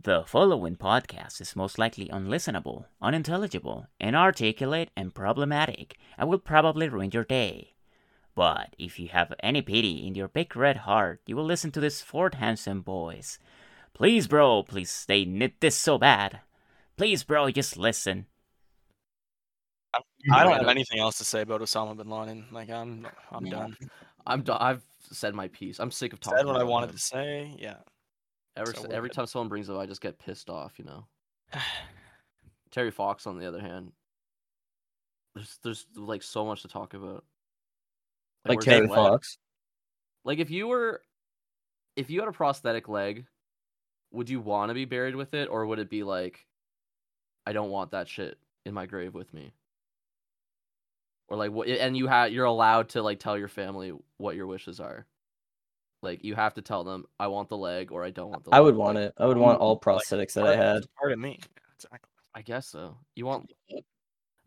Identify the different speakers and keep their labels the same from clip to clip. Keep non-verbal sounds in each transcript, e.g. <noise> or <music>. Speaker 1: The following podcast is most likely unlistenable, unintelligible, inarticulate, and problematic, and will probably ruin your day. But if you have any pity in your big red heart, you will listen to this Fort Handsome voice. Please, bro, please, they need this so bad. Please, bro, just listen.
Speaker 2: I don't have anything else to say about Osama bin Laden. Like I'm, I'm
Speaker 1: Yeah.
Speaker 2: done.
Speaker 3: I'm done. I've said my piece. I'm sick of talking.
Speaker 2: Said what I
Speaker 3: about
Speaker 2: wanted
Speaker 3: him.
Speaker 2: to say. Yeah.
Speaker 3: Ever
Speaker 2: so
Speaker 3: s-
Speaker 2: we're
Speaker 3: every
Speaker 2: good.
Speaker 3: time someone brings it up, I just get pissed off.
Speaker 2: <sighs>
Speaker 3: You know. Terry Fox, on the other hand, there's there's like so much to talk about.
Speaker 4: like
Speaker 3: where's
Speaker 4: Terry
Speaker 3: the leg?
Speaker 4: Fox.
Speaker 3: Like if you were, if you had a prosthetic leg, would you want to be buried with it, or would it be like, I don't want that shit in my grave with me? Or like what? And you had you're allowed to like tell your family what your wishes are. Like you have to tell them, I want the leg, or I don't want the.
Speaker 4: I
Speaker 3: leg.
Speaker 4: would want it. I would want all prosthetics that I had.
Speaker 2: Part of me. Exactly.
Speaker 3: I guess so. You want?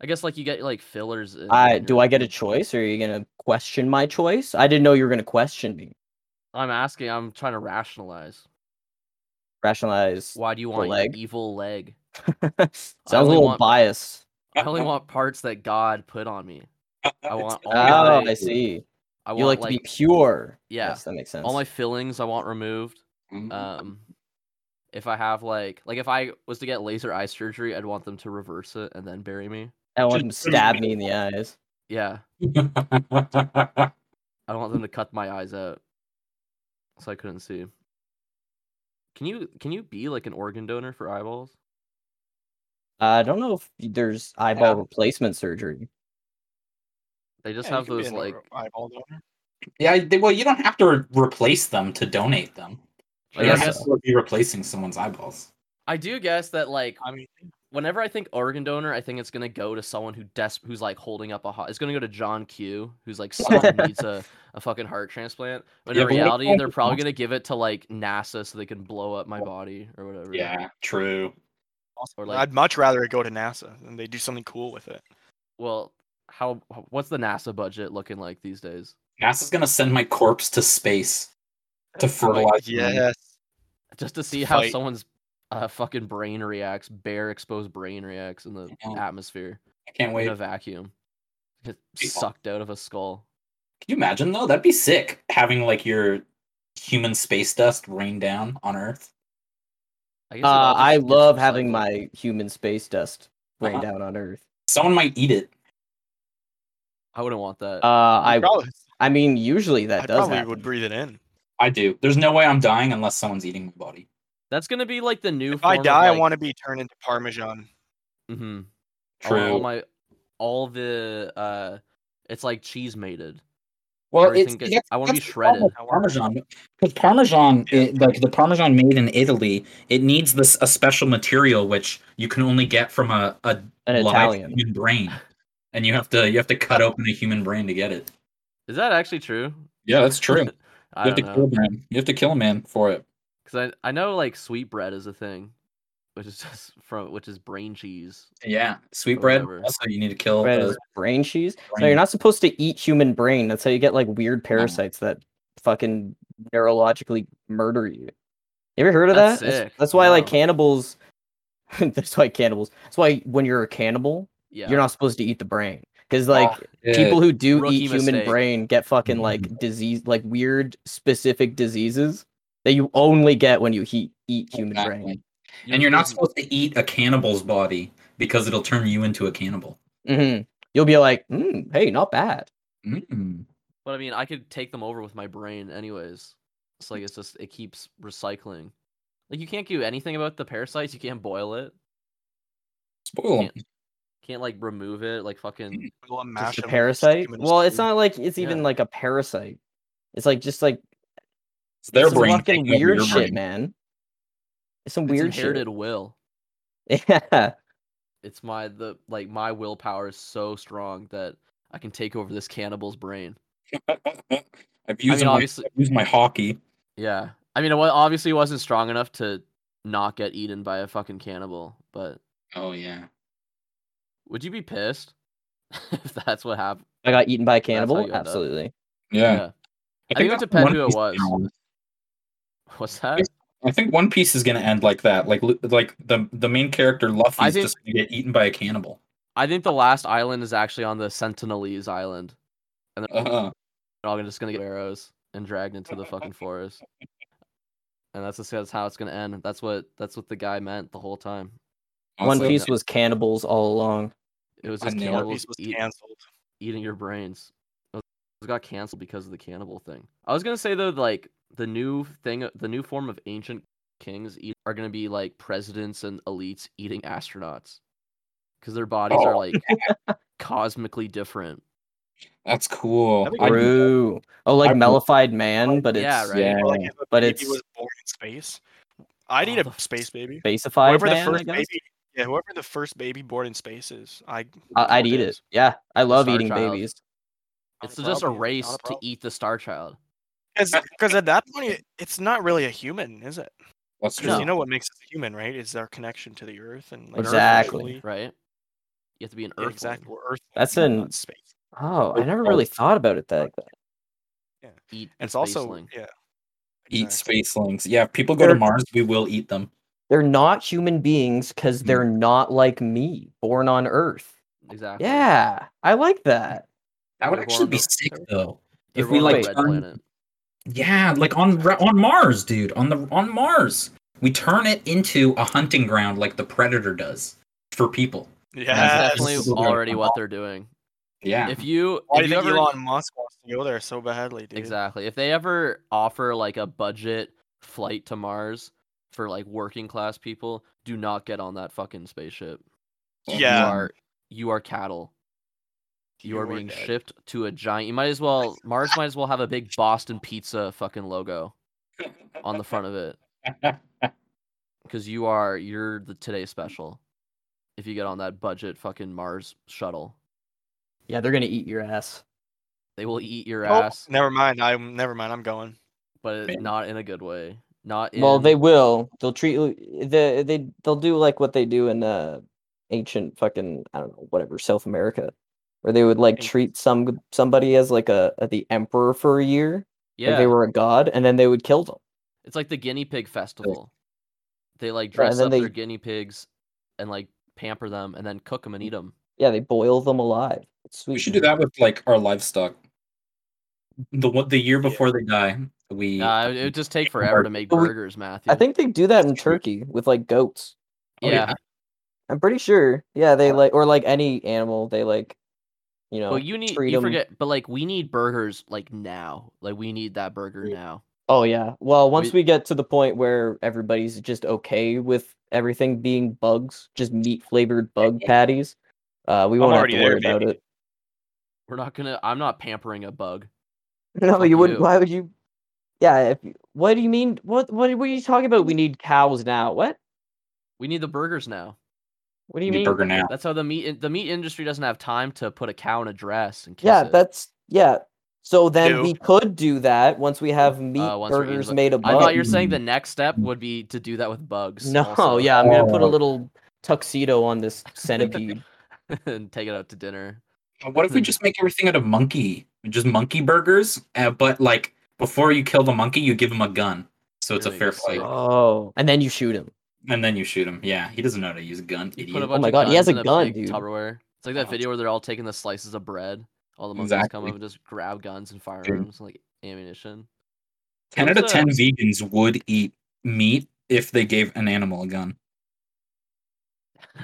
Speaker 3: I guess like you get like fillers. In,
Speaker 4: I
Speaker 3: in
Speaker 4: do
Speaker 3: your-
Speaker 4: I get a choice or are you gonna question my choice? I didn't know you were gonna question me.
Speaker 3: I'm asking. I'm trying to rationalize.
Speaker 4: Rationalize. <laughs>
Speaker 3: Why do you want
Speaker 4: leg?
Speaker 3: your evil leg?
Speaker 4: Sounds
Speaker 3: I
Speaker 4: a
Speaker 3: only
Speaker 4: little
Speaker 3: want-
Speaker 4: biased.
Speaker 3: I only want parts that God put on me. I want all my.
Speaker 4: Oh, I see.
Speaker 3: I
Speaker 4: you
Speaker 3: want
Speaker 4: like, to be pure.
Speaker 3: yeah.
Speaker 4: Yes, that makes sense.
Speaker 3: all my fillings I want removed. Um, if I have like like if I was to get laser eye surgery, I'd want them to reverse it and then bury me.
Speaker 4: I want them to stab me in the eyes.
Speaker 3: Yeah, I want them to cut my eyes out, so I couldn't see. Can you can you be like an organ donor for eyeballs?
Speaker 4: I don't know if there's eyeball replacement surgery.
Speaker 3: They just
Speaker 2: Yeah, you
Speaker 3: have
Speaker 2: can be
Speaker 3: those
Speaker 2: an
Speaker 3: like
Speaker 2: eyeball donor.
Speaker 5: Yeah, they, well, you don't have to re- replace them to donate them.
Speaker 3: Like,
Speaker 5: Like,
Speaker 3: I
Speaker 5: I
Speaker 3: guess-
Speaker 5: guess we'll be replacing someone's eyeballs.
Speaker 3: I do guess that like
Speaker 2: I mean,
Speaker 3: whenever I think organ donor, I think it's gonna go to someone who des- who's like holding up a heart. It's gonna go to John Q, who's like someone who needs
Speaker 4: <laughs>
Speaker 3: a, a fucking heart transplant. But
Speaker 5: Yeah,
Speaker 3: in
Speaker 5: but what if
Speaker 3: reality,
Speaker 5: all
Speaker 3: they're
Speaker 5: the
Speaker 3: probably
Speaker 5: dogs-
Speaker 3: gonna give it to like NASA so they can blow up my body or whatever.
Speaker 5: Yeah, true.
Speaker 3: Or like,
Speaker 2: I'd much rather it go to NASA and they do something cool with it.
Speaker 3: well, how h- what's the NASA budget looking like these days?
Speaker 5: NASA's gonna send my corpse to space to fertilize. me.
Speaker 3: Mm-hmm. Just to see how
Speaker 2: Fight.
Speaker 3: someone's uh, fucking brain reacts, bare exposed brain reacts in the
Speaker 5: Yeah.
Speaker 3: atmosphere
Speaker 5: I can't wait.
Speaker 3: in a
Speaker 5: Can
Speaker 3: vacuum, get
Speaker 5: Be aw-
Speaker 3: sucked out of a skull.
Speaker 5: you imagine though? That'd be sick. Having like your human space dust rain down on Earth.
Speaker 3: I guess it all
Speaker 4: Uh, I
Speaker 3: just gets
Speaker 4: love having
Speaker 3: recycled.
Speaker 4: my human space dust rain
Speaker 5: Uh-huh.
Speaker 4: down on Earth.
Speaker 5: Someone might eat it.
Speaker 3: I wouldn't want that.
Speaker 4: Uh, I
Speaker 2: probably,
Speaker 4: I mean usually that
Speaker 2: I
Speaker 4: does
Speaker 2: probably
Speaker 4: happen.
Speaker 2: would breathe it in.
Speaker 5: I do. There's no way I'm dying unless someone's eating my body.
Speaker 3: That's gonna be like the new.
Speaker 2: If I
Speaker 3: form of,
Speaker 2: die, I
Speaker 3: like-
Speaker 2: want to be turned into Parmesan.
Speaker 3: Mhm. All-
Speaker 5: True.
Speaker 3: All, my, all the uh, it's like cheese mated.
Speaker 5: well,
Speaker 3: everything gets- I wanna be
Speaker 5: that's the problem with
Speaker 3: shredded.
Speaker 5: Parmesan, because Parmesan, it, like the Parmesan made in Italy, it needs this a special material which you can only get from a, a
Speaker 4: An
Speaker 5: live
Speaker 4: Italian.
Speaker 5: human brain, and you have to you have to cut open a human brain to get it.
Speaker 3: Is that actually true?
Speaker 5: Yeah, that's true. You
Speaker 3: <laughs> I
Speaker 5: have to
Speaker 3: don't
Speaker 5: kill
Speaker 3: know.
Speaker 5: man. You have to kill a man for it.
Speaker 3: Because I I know like sweet bread is a thing, which is <laughs> just from which is brain cheese.
Speaker 5: Yeah, sweetbread.
Speaker 3: Whatever.
Speaker 5: Also, you need to kill.
Speaker 4: bread
Speaker 5: a
Speaker 4: is brain cheese. No, you're
Speaker 5: brain.
Speaker 4: not supposed to eat human brain. That's how you get like weird parasites that fucking neurologically murder you. You ever heard of
Speaker 3: That's
Speaker 4: that? That's,
Speaker 3: sick.
Speaker 4: that's why like
Speaker 3: No.
Speaker 4: cannibals. <laughs> that's why cannibals. That's why when you're a cannibal,
Speaker 3: Yeah. Oh,
Speaker 4: you're not supposed to eat the brain because like
Speaker 5: Yeah.
Speaker 4: people who do
Speaker 3: Rookie
Speaker 4: eat human
Speaker 3: mistake. Mm-hmm.
Speaker 4: brain get fucking like disease, like weird specific diseases that you only get when you he- eat human
Speaker 5: Exactly.
Speaker 4: brain.
Speaker 5: and you're not
Speaker 3: supposed-
Speaker 5: supposed to eat a cannibal's body because it'll turn you into a cannibal.
Speaker 4: hmm You'll be like, mm, hey, not bad.
Speaker 5: Mm.
Speaker 3: But I mean, I could take them over with my brain, anyways. It's like it's just it keeps recycling. Like you can't do anything about the parasites. You can't boil it.
Speaker 5: Spoil.
Speaker 3: Can't- Can't like remove it. Like fucking.
Speaker 2: We'll mash
Speaker 4: just a
Speaker 2: 'em with
Speaker 4: parasite.
Speaker 2: human
Speaker 4: Well, it's
Speaker 2: food.
Speaker 4: not like it's even
Speaker 3: Yeah.
Speaker 4: like a parasite. It's like just like
Speaker 5: It's their
Speaker 4: some
Speaker 5: brain.
Speaker 4: fucking
Speaker 5: taking over
Speaker 4: weird
Speaker 5: your
Speaker 4: shit,
Speaker 5: brain.
Speaker 4: man. It's some
Speaker 3: It's
Speaker 4: weird
Speaker 3: inherited will.
Speaker 4: shit. <laughs> Yeah,
Speaker 3: It's my the like my willpower is so strong that I can take over this cannibal's brain.
Speaker 5: I've used,
Speaker 3: mean,
Speaker 5: my,
Speaker 3: obviously-
Speaker 5: I've used my hockey.
Speaker 3: Yeah. I mean, it wa- obviously it wasn't strong enough to not get eaten by a fucking cannibal, but
Speaker 5: Oh yeah.
Speaker 3: would you be pissed <laughs> if that's what happened?
Speaker 4: I got eaten by a
Speaker 3: how you
Speaker 4: cannibal.
Speaker 3: end up.
Speaker 4: Absolutely.
Speaker 5: Yeah.
Speaker 3: I think it
Speaker 5: that's
Speaker 3: depends
Speaker 5: one
Speaker 3: who it
Speaker 5: piece
Speaker 3: was.
Speaker 5: now.
Speaker 3: What's that?
Speaker 5: Yes. I think One Piece is going to end like that. Like, Lu- like the the main character Luffy
Speaker 3: I
Speaker 5: is
Speaker 3: think-
Speaker 5: just going to get eaten by a cannibal.
Speaker 3: I think the last island is actually on the Sentinelese Island, and they're
Speaker 5: Uh-huh.
Speaker 3: all gonna- just gonna get arrows and dragged into the fucking forest. And that's just that's how it's gonna end. That's what that's what the guy meant the whole time.
Speaker 4: One
Speaker 5: Honestly,
Speaker 4: Piece was cannibals all along.
Speaker 3: It was
Speaker 5: I
Speaker 3: just
Speaker 5: knew it.
Speaker 2: One
Speaker 3: cannibals
Speaker 2: Piece was
Speaker 3: eat-
Speaker 2: canceled.
Speaker 3: eating your brains. It got canceled because of the cannibal thing. I was gonna say though, like the new thing, the new form of ancient kings eat, are gonna be like presidents and elites eating astronauts, because their bodies are
Speaker 5: Oh.
Speaker 3: like
Speaker 5: <laughs>
Speaker 3: cosmically different.
Speaker 5: That's cool.
Speaker 2: That'd be
Speaker 5: I-
Speaker 4: True. Oh, like
Speaker 5: I-
Speaker 4: mellified man, but it's
Speaker 3: Yeah, right.
Speaker 5: Yeah.
Speaker 2: Or, like, if a
Speaker 4: But
Speaker 2: baby
Speaker 4: it's-
Speaker 2: was born in space. I'd
Speaker 3: Oh,
Speaker 2: eat
Speaker 3: the-
Speaker 2: a space baby.
Speaker 4: spacified
Speaker 2: Whoever the
Speaker 4: man. I
Speaker 2: first
Speaker 4: guess.
Speaker 2: baby, yeah, whoever the first baby born in space is, I
Speaker 4: I- I'd eat it. Yeah, I love
Speaker 3: Star
Speaker 4: eating
Speaker 3: Child.
Speaker 4: babies.
Speaker 3: It's just a race to eat the star child.
Speaker 2: Because at that point, it- it's not really a human, is it?
Speaker 5: That's true.
Speaker 2: Because you know what makes us human, right? Is our connection to the Earth and like, Earth
Speaker 4: Exactly.
Speaker 2: actually-
Speaker 3: right? You have to be an
Speaker 2: Yeah,
Speaker 3: earthling.
Speaker 2: exactly. We're Earth.
Speaker 4: That's
Speaker 2: not
Speaker 4: an-
Speaker 2: space.
Speaker 4: Oh, I never really thought about it that.
Speaker 3: Eat
Speaker 2: And it's also
Speaker 3: spaceling.
Speaker 2: yeah.
Speaker 5: Eat
Speaker 2: exactly.
Speaker 5: space links. Yeah, if people go to
Speaker 4: They're-
Speaker 5: Mars, we will eat them.
Speaker 4: They're not human beings
Speaker 3: Hmm.
Speaker 4: because they're not like me, born on Earth.
Speaker 3: exactly.
Speaker 4: Yeah, I like that.
Speaker 5: That would
Speaker 3: They're
Speaker 5: actually
Speaker 3: going
Speaker 5: be
Speaker 3: to-
Speaker 5: sick
Speaker 3: they're-
Speaker 5: though.
Speaker 3: They're
Speaker 5: If we
Speaker 3: going to
Speaker 4: the
Speaker 5: like
Speaker 3: Red
Speaker 5: turn,
Speaker 3: Planet.
Speaker 5: yeah, like on Ra- on Mars, dude, on the on Mars, we turn it into a hunting ground like the Predator does for people.
Speaker 2: Yeah.
Speaker 3: That's definitely
Speaker 5: Yes.
Speaker 3: already what they're doing.
Speaker 5: Yeah,
Speaker 3: If you,
Speaker 2: Why
Speaker 3: if
Speaker 2: do
Speaker 3: you
Speaker 2: you think
Speaker 3: ever-
Speaker 2: Elon Musk wants to go there so badly, dude?
Speaker 3: Exactly. If they ever offer like a budget flight to Mars for like working class people, do not get on that fucking spaceship. You
Speaker 2: Yeah.
Speaker 3: are you are cattle. You, are, being
Speaker 2: dead.
Speaker 3: shipped to a giant. You might as well Mars might as well have a big Boston Pizza fucking logo on the front of it because you are you're the today special. If you get on that budget fucking Mars shuttle,
Speaker 4: Yeah, they're gonna eat your ass.
Speaker 3: they will eat your
Speaker 2: Oh,
Speaker 3: ass,
Speaker 2: never mind. I'm never mind. I'm going.
Speaker 3: but
Speaker 5: man.
Speaker 3: not in a good way. Not in,
Speaker 4: Well, they will. They'll treat you. The they they'll do like what they do in uh ancient fucking I don't know whatever South America, where they would like
Speaker 2: Ancient.
Speaker 4: treat some somebody as like a, a the emperor for a year.
Speaker 3: yeah
Speaker 4: like they were a god, and then they would kill them.
Speaker 3: It's like the guinea pig festival. They like
Speaker 4: Right,
Speaker 3: dress
Speaker 4: and then
Speaker 3: up
Speaker 4: they-
Speaker 3: their guinea pigs and like pamper them and then cook them and eat them.
Speaker 4: Yeah, they boil them alive. It's sweet.
Speaker 5: we should do that with like our livestock. The what the year before they die, we
Speaker 3: Nah, it Uh, would just take forever to make
Speaker 4: But we-
Speaker 3: burgers, Matthew.
Speaker 4: I think they do that in
Speaker 5: That's true.
Speaker 4: Turkey with like goats.
Speaker 5: Oh,
Speaker 3: yeah.
Speaker 4: I'm pretty sure. Yeah, they like or like any animal, they like, you know.
Speaker 3: Well, you need
Speaker 4: treat
Speaker 3: you
Speaker 4: 'em-
Speaker 3: forget, but like we need burgers like now. Like we need that burger now.
Speaker 4: Oh yeah. Well, once
Speaker 3: We-
Speaker 4: we get to the point where everybody's just okay with everything being bugs, just meat flavored bug patties, uh, we
Speaker 2: I'm
Speaker 4: won't have
Speaker 2: already
Speaker 4: to
Speaker 2: there,
Speaker 4: worry about
Speaker 2: baby.
Speaker 4: it.
Speaker 3: We're not gonna. I'm not pampering a bug.
Speaker 4: <laughs> No,
Speaker 3: Fuck
Speaker 4: you wouldn't.
Speaker 3: you.
Speaker 4: Why would you? Yeah. If, you- what do you mean? What What what are you talking about? We need cows now. What?
Speaker 3: We need the burgers now.
Speaker 4: What do
Speaker 5: we
Speaker 4: you
Speaker 5: need
Speaker 4: mean?
Speaker 5: burger now.
Speaker 3: That's how the meat in- the meat industry doesn't have time to put a cow in a dress and kiss
Speaker 4: Yeah,
Speaker 3: it.
Speaker 4: that's yeah. So then
Speaker 2: Ew.
Speaker 4: we could do that Uh, once we have meat
Speaker 3: once we're eating
Speaker 4: burgers
Speaker 3: the-
Speaker 4: made of
Speaker 3: I
Speaker 4: bugs.
Speaker 3: thought you were saying the next step would be to do that with bugs.
Speaker 4: No,
Speaker 3: also,
Speaker 4: yeah, I'm gonna put a
Speaker 5: Oh.
Speaker 4: little tuxedo on this centipede.
Speaker 3: <laughs> and take it out to dinner.
Speaker 5: Uh, What
Speaker 3: Hmm.
Speaker 5: if we just make everything out of monkey? Just monkey burgers, uh, but like before you kill the monkey, you give him a gun, so it's
Speaker 3: There
Speaker 5: a
Speaker 3: you
Speaker 5: fair
Speaker 3: go.
Speaker 4: <laughs>
Speaker 5: fight,
Speaker 4: oh, and then you shoot him.
Speaker 5: and then you shoot him. Yeah, he doesn't know how to use a gun.
Speaker 3: You
Speaker 5: Idiot.
Speaker 3: put a
Speaker 4: Oh
Speaker 3: bunch
Speaker 4: my
Speaker 3: of
Speaker 4: God, he has
Speaker 3: guns
Speaker 4: a
Speaker 3: in
Speaker 4: gun,
Speaker 3: big
Speaker 4: dude.
Speaker 3: Tupperware. It's like
Speaker 5: Oh.
Speaker 3: that video where they're all taking the slices of bread. All the monkeys come
Speaker 5: Exactly.
Speaker 3: up and just grab guns and
Speaker 5: Dude.
Speaker 3: firearms, like ammunition.
Speaker 5: ten out of
Speaker 3: What's, uh,
Speaker 5: ten vegans would eat meat if they gave an animal a gun.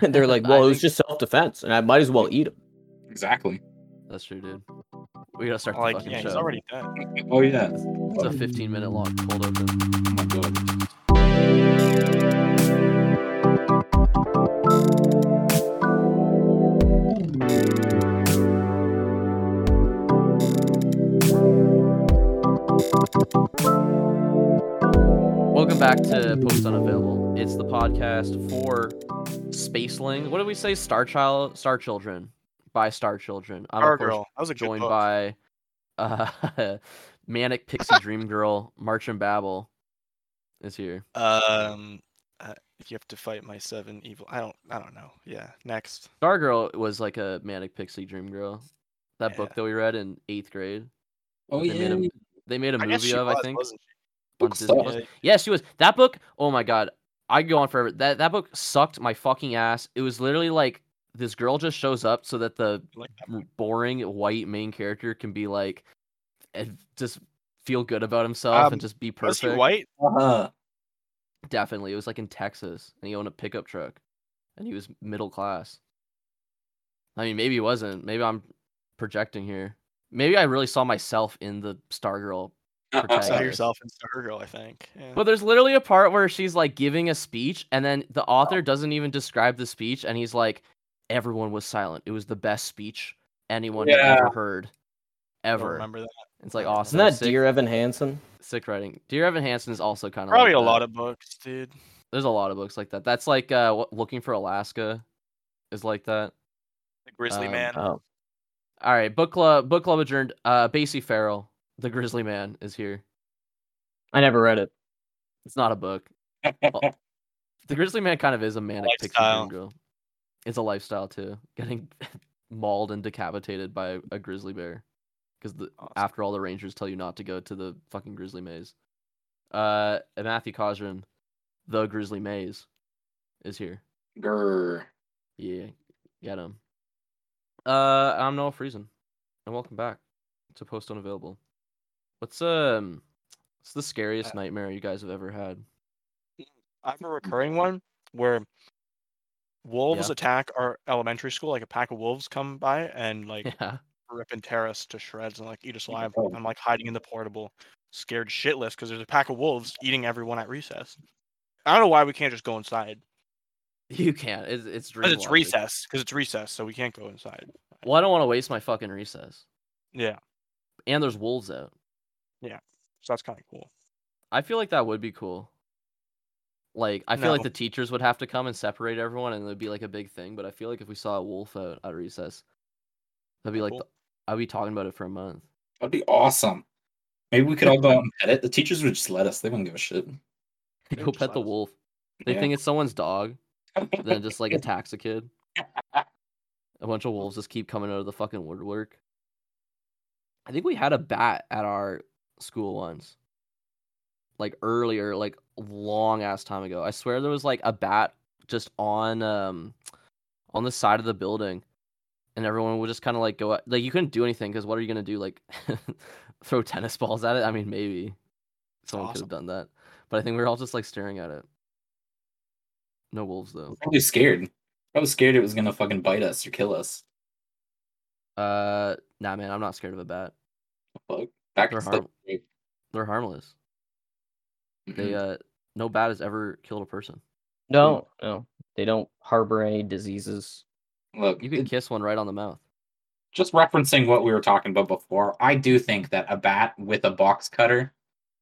Speaker 4: And <laughs> they're
Speaker 3: <laughs>
Speaker 4: like,
Speaker 3: I
Speaker 4: "Well, it was
Speaker 3: think-
Speaker 4: just self defense, and I might as well eat him."
Speaker 5: Exactly.
Speaker 3: That's true, dude. We gotta start the
Speaker 2: Like,
Speaker 3: fucking
Speaker 2: yeah,
Speaker 3: show.
Speaker 2: he's already dead.
Speaker 5: Oh yeah.
Speaker 3: It's a 15 minute long cold open.
Speaker 5: Oh my god.
Speaker 3: Welcome back to Post Unavailable. It's the podcast for spacelings. What did we say? Star child, star children, by star children. I'm
Speaker 2: Our
Speaker 3: of course
Speaker 2: girl. That was a good
Speaker 3: joined
Speaker 2: book.
Speaker 3: by uh, <laughs> manic pixie dream girl Marchand Babel is here.
Speaker 2: Um, uh, you have to fight my seven evil. I don't. I don't know. Yeah. Next.
Speaker 3: Stargirl was like a manic pixie dream girl. That book
Speaker 2: Yeah.
Speaker 3: that we read in eighth grade.
Speaker 5: Oh
Speaker 3: They made
Speaker 5: yeah.
Speaker 3: him- They made a
Speaker 2: I guess
Speaker 3: movie
Speaker 2: she
Speaker 3: of,
Speaker 2: was,
Speaker 3: I think.
Speaker 2: wasn't
Speaker 3: on
Speaker 4: Book
Speaker 3: Disney.
Speaker 4: sucked.
Speaker 3: Plus.
Speaker 2: Yeah,
Speaker 3: Yeah, she was. That book, oh my god, I could go on forever. That that book sucked my fucking ass. It was literally like this girl just shows up so that the
Speaker 2: like that.
Speaker 3: m- boring white main character can be like and just feel good about himself
Speaker 2: Um,
Speaker 3: and just be
Speaker 2: Was
Speaker 3: perfect.
Speaker 2: he white?
Speaker 5: Uh-huh.
Speaker 3: Definitely. It was like in Texas and he owned a pickup truck and he was middle class. I mean, maybe he wasn't. Maybe I'm projecting here. Maybe I really saw myself in the Stargirl
Speaker 5: Uh-uh.
Speaker 2: Saw
Speaker 3: protagonist.
Speaker 2: yourself in Stargirl, I think. Yeah.
Speaker 3: But there's literally a part where she's like giving a speech, and then the author doesn't even describe the speech, and he's like, "Everyone was silent. It was the best speech anyone had
Speaker 5: Yeah.
Speaker 3: ever heard,
Speaker 2: I don't
Speaker 3: ever."
Speaker 2: remember that.
Speaker 3: It's like
Speaker 2: Isn't
Speaker 3: awesome.
Speaker 4: Isn't that
Speaker 3: sick,
Speaker 4: Dear Evan Hansen?
Speaker 3: sick writing. Dear Evan Hansen is also kind of
Speaker 2: Probably a lot of books, dude.
Speaker 3: There's a lot of books like that. That's like uh, what, Looking for Alaska, is like that.
Speaker 2: The Grizzly
Speaker 3: Um,
Speaker 2: Man.
Speaker 4: Oh,
Speaker 3: All right, book club. Book club adjourned. Uh, Basie Farrell, the Grizzly Man, is here.
Speaker 4: I never read it.
Speaker 3: It's not a book.
Speaker 2: <laughs>
Speaker 3: The Grizzly Man kind of is a manic pixie
Speaker 2: Lifestyle.
Speaker 3: dream girl. It's a lifestyle too, <laughs> getting mauled and decapitated by a grizzly bear, because
Speaker 2: Awesome.
Speaker 3: after all, the rangers tell you not to go to the fucking grizzly maze. Uh, and Matthew Cosrin, the Grizzly Maze, is here.
Speaker 5: Grr.
Speaker 3: Yeah, get him. Uh, I'm Noel Friesen, and welcome back to Post Unavailable. What's um, what's the
Speaker 2: Uh,
Speaker 3: scariest nightmare you guys have
Speaker 2: <laughs>
Speaker 3: ever had? <laughs>
Speaker 2: I have a recurring one where wolves
Speaker 3: Yeah.
Speaker 2: attack our elementary school. Like a pack of wolves come by and like
Speaker 3: Yeah. Oh.
Speaker 2: rip and tear us to shreds and like eat us
Speaker 5: Yeah.
Speaker 2: alive. I'm like hiding in the portable, scared shitless because there's a pack of wolves eating everyone at recess. I don't know why we can't just go inside.
Speaker 3: You can't. It's it's,
Speaker 2: Because
Speaker 3: dream
Speaker 2: it's
Speaker 3: logic.
Speaker 2: recess. Because it's recess, so we can't go inside.
Speaker 3: Well, I don't want to waste my fucking recess.
Speaker 2: Yeah,
Speaker 3: And there's wolves out.
Speaker 2: so that's kind of cool.
Speaker 3: I feel like that would be cool. Like I feel like
Speaker 2: No.
Speaker 3: the teachers would have to come and separate everyone, and it'd be like a big thing. But I feel like if we saw a wolf out at recess, that'd be like
Speaker 2: Cool.
Speaker 3: the, I'd be talking about it for a month.
Speaker 5: That'd be awesome. Maybe we could all go out and pet it. The teachers would just let us. They wouldn't give a shit.
Speaker 2: would
Speaker 3: Go
Speaker 2: just
Speaker 3: pet
Speaker 2: let
Speaker 3: the
Speaker 2: us.
Speaker 3: wolf. They
Speaker 5: Yeah.
Speaker 3: think it's someone's dog, then just like attacks a kid. A bunch of wolves just keep coming out of the fucking woodwork. I think we had a bat at our school once. Like earlier, like long ass time ago. I swear there was like a bat just on um on the side of the building. And everyone would just kind of like go at, like you couldn't do anything because what are you gonna do? Like <laughs> throw tennis balls at it? I mean, maybe someone could
Speaker 2: awesome.
Speaker 3: have done that, but I think we were all just like staring at it. No wolves though.
Speaker 5: <laughs> Probably scared. I was scared it was gonna fucking bite us or kill us.
Speaker 3: Uh, nah, man, I'm not scared of a bat.
Speaker 5: Fuck. Back
Speaker 3: They're
Speaker 5: to stuff.
Speaker 3: harm- They're harmless. They uh, no bat has ever killed a person.
Speaker 4: No, no, they don't harbor any diseases.
Speaker 5: Mm-hmm. Look,
Speaker 3: You could kiss one right on the mouth.
Speaker 5: just referencing what we were talking about before, I do think that a bat with a box cutter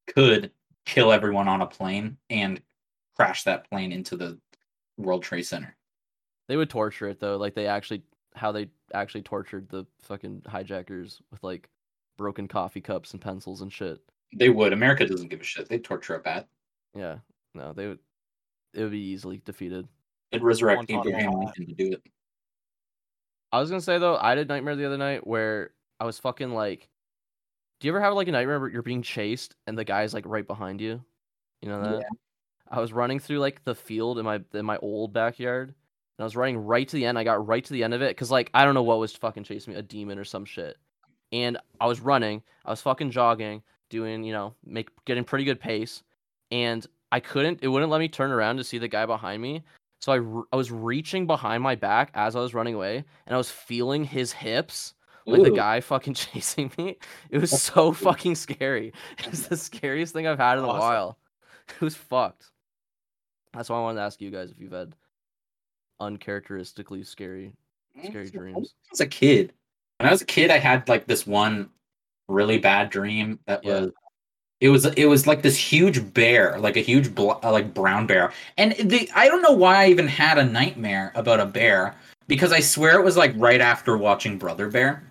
Speaker 5: could kill everyone on a plane and crash that plane into the World Trade Center.
Speaker 3: They would torture it though, like they actually how they actually tortured the fucking hijackers with like broken coffee cups and pencils and shit.
Speaker 5: They would. America doesn't give a shit. They torture a bat.
Speaker 3: Yeah, no, they would. It would be easily defeated.
Speaker 5: They'd resurrect
Speaker 2: Guantanamo
Speaker 5: Abraham
Speaker 2: Bat.
Speaker 5: Lincoln to do it.
Speaker 3: I was gonna say though, I did nightmare the other night where I was fucking like, do you ever have like a nightmare where you're being chased and the guy's like right behind you? You know
Speaker 5: Yeah.
Speaker 3: that? I was running through like the field in my in my old backyard, and I was running right to the end. I got right to the end of it because like I don't know what was fucking chasing me, a demon or some shit. And I was running, I was fucking jogging, doing you know make getting pretty good pace, and I couldn't. It wouldn't let me turn around to see the guy behind me. So I, re- I was reaching behind my back as I was running away, and I was feeling his hips, like the
Speaker 5: Ooh.
Speaker 3: guy fucking <laughs> chasing me. It was so fucking scary. <laughs> It was
Speaker 5: <laughs>
Speaker 3: the scariest thing I've had in a
Speaker 2: Awesome.
Speaker 3: while. <laughs> It was fucked. That's why I wanted to ask you guys if you've had uncharacteristically scary. Scary dreams.
Speaker 5: Mm-hmm. I was a kid. When I was a kid, I had like this one really bad dream that
Speaker 3: Yeah.
Speaker 5: was. It was it was like this huge bear, like a huge bl- uh, like brown bear, and the I don't know why I even had a nightmare about a bear because I swear it was like right after watching Brother Bear.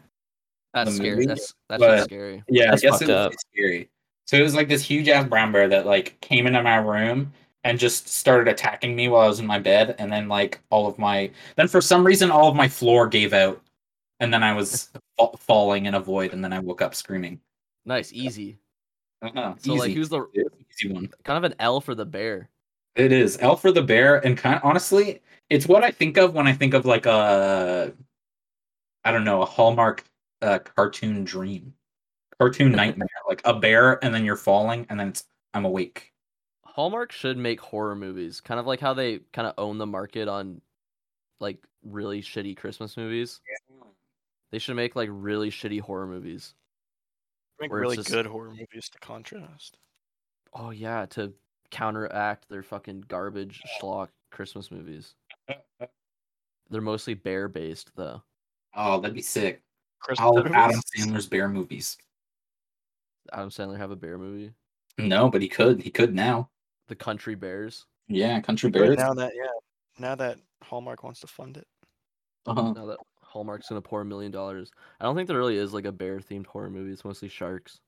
Speaker 3: That's
Speaker 5: The
Speaker 3: scary.
Speaker 5: movie?
Speaker 3: That's that's
Speaker 5: But-
Speaker 3: scary.
Speaker 5: Yeah,
Speaker 4: That's
Speaker 5: I guess
Speaker 4: fucked
Speaker 5: it was
Speaker 4: up.
Speaker 5: scary. So it was like this huge ass brown bear that like came into my room and just started attacking me while I was in my bed, and then like all of my then for some reason all of my floor gave out, and then I was fa- falling in a void, and then I woke up screaming.
Speaker 3: Nice, easy.
Speaker 5: Uh-huh.
Speaker 3: So like, who's the
Speaker 5: easy one.
Speaker 3: Kind of an L for the bear.
Speaker 5: It is L for the bear, and kind honestly, it's what I think of when I think of like a, I don't know, a Hallmark uh, cartoon dream, cartoon
Speaker 2: Mm-hmm.
Speaker 5: nightmare, like a bear, and then you're falling, and then it's I'm awake.
Speaker 3: Hallmark should make horror movies, kind of like how they kind of own the market on like really shitty Christmas movies. They should make like really shitty horror movies.
Speaker 2: Make
Speaker 3: Where it's
Speaker 2: really
Speaker 3: just-
Speaker 2: good horror movies to contrast.
Speaker 3: Oh yeah, to counteract their fucking garbage schlock Christmas movies. They're mostly bear based though.
Speaker 5: Oh, that'd be sick.
Speaker 2: Christmas
Speaker 5: All of
Speaker 2: movies?
Speaker 5: Adam Sandler's bear movies.
Speaker 3: Adam Sandler have a bear movie.
Speaker 5: No, but he could. He could now.
Speaker 3: The Country Bears.
Speaker 5: Yeah, Country
Speaker 2: But
Speaker 5: Bears.
Speaker 2: now that yeah, now that Hallmark wants to fund it,
Speaker 5: Uh-huh.
Speaker 3: Now that Hallmark's gonna pour a million dollars, I don't think there really is like a bear themed horror movie. It's mostly sharks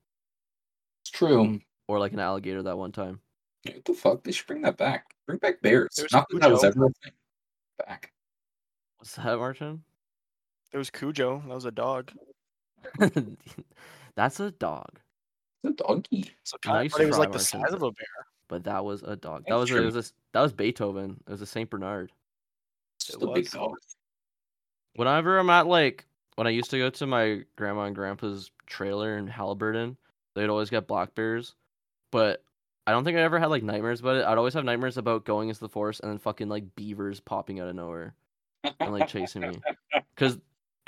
Speaker 5: It's true.
Speaker 3: or like an alligator that one time.
Speaker 5: What the fuck? They should bring that back. Bring back bears.
Speaker 2: There's
Speaker 5: Not that that was
Speaker 2: Cujo.
Speaker 5: ever a thing. Back.
Speaker 3: What's that, Martin? <laughs>
Speaker 2: there was Cujo. That was a dog.
Speaker 3: That's a dog,
Speaker 5: The doggy.
Speaker 2: So
Speaker 3: I
Speaker 2: kind
Speaker 3: used
Speaker 2: but
Speaker 3: to
Speaker 2: it was
Speaker 3: try
Speaker 2: like the
Speaker 3: Martian.
Speaker 2: size of a bear.
Speaker 3: but that was a dog. That
Speaker 5: That's
Speaker 3: was a,
Speaker 5: true.
Speaker 3: it was a, s- that was Beethoven. It was a Saint Bernard.
Speaker 5: It's
Speaker 2: It
Speaker 5: just a big
Speaker 2: was.
Speaker 5: dog.
Speaker 3: Whenever I'm at like when I used to go to my grandma and grandpa's trailer in Halliburton, they'd always get black bears. But I don't think I ever had like nightmares about it. I'd always have nightmares about going into the forest and then fucking like beavers popping out of nowhere and like chasing
Speaker 5: <laughs>
Speaker 3: me. Cause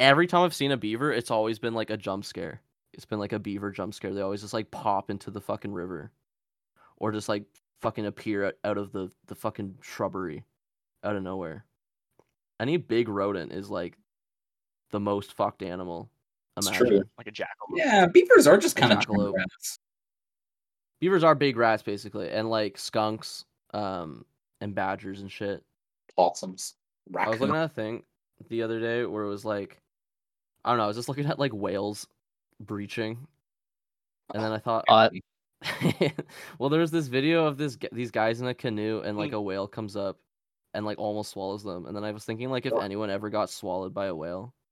Speaker 3: every time I've seen a beaver, it's always been like a jump scare. It's been like a beaver jump scare. They always just like pop into the fucking river. Or just like fucking appear out- out of the, the fucking shrubbery out of nowhere. Any big rodent is like the most fucked animal.
Speaker 5: It's
Speaker 3: Imagine.
Speaker 5: true.
Speaker 2: like a jackal.
Speaker 5: Yeah, beavers are just
Speaker 3: A
Speaker 5: kind of
Speaker 3: jackalope.
Speaker 5: rats.
Speaker 3: Beavers are big rats basically, and like skunks, um, and badgers and shit.
Speaker 5: Possums.
Speaker 3: I was looking at
Speaker 5: Raccoons.
Speaker 3: a thing the other day where it was like, I don't know, I was just looking at like whales breaching, and then I thought,
Speaker 4: Hot.
Speaker 3: <laughs> well, there was this video of this g- these guys in a canoe, and like a whale comes up, and like almost swallows them, and then I was thinking like if anyone ever got swallowed by a whale, <laughs>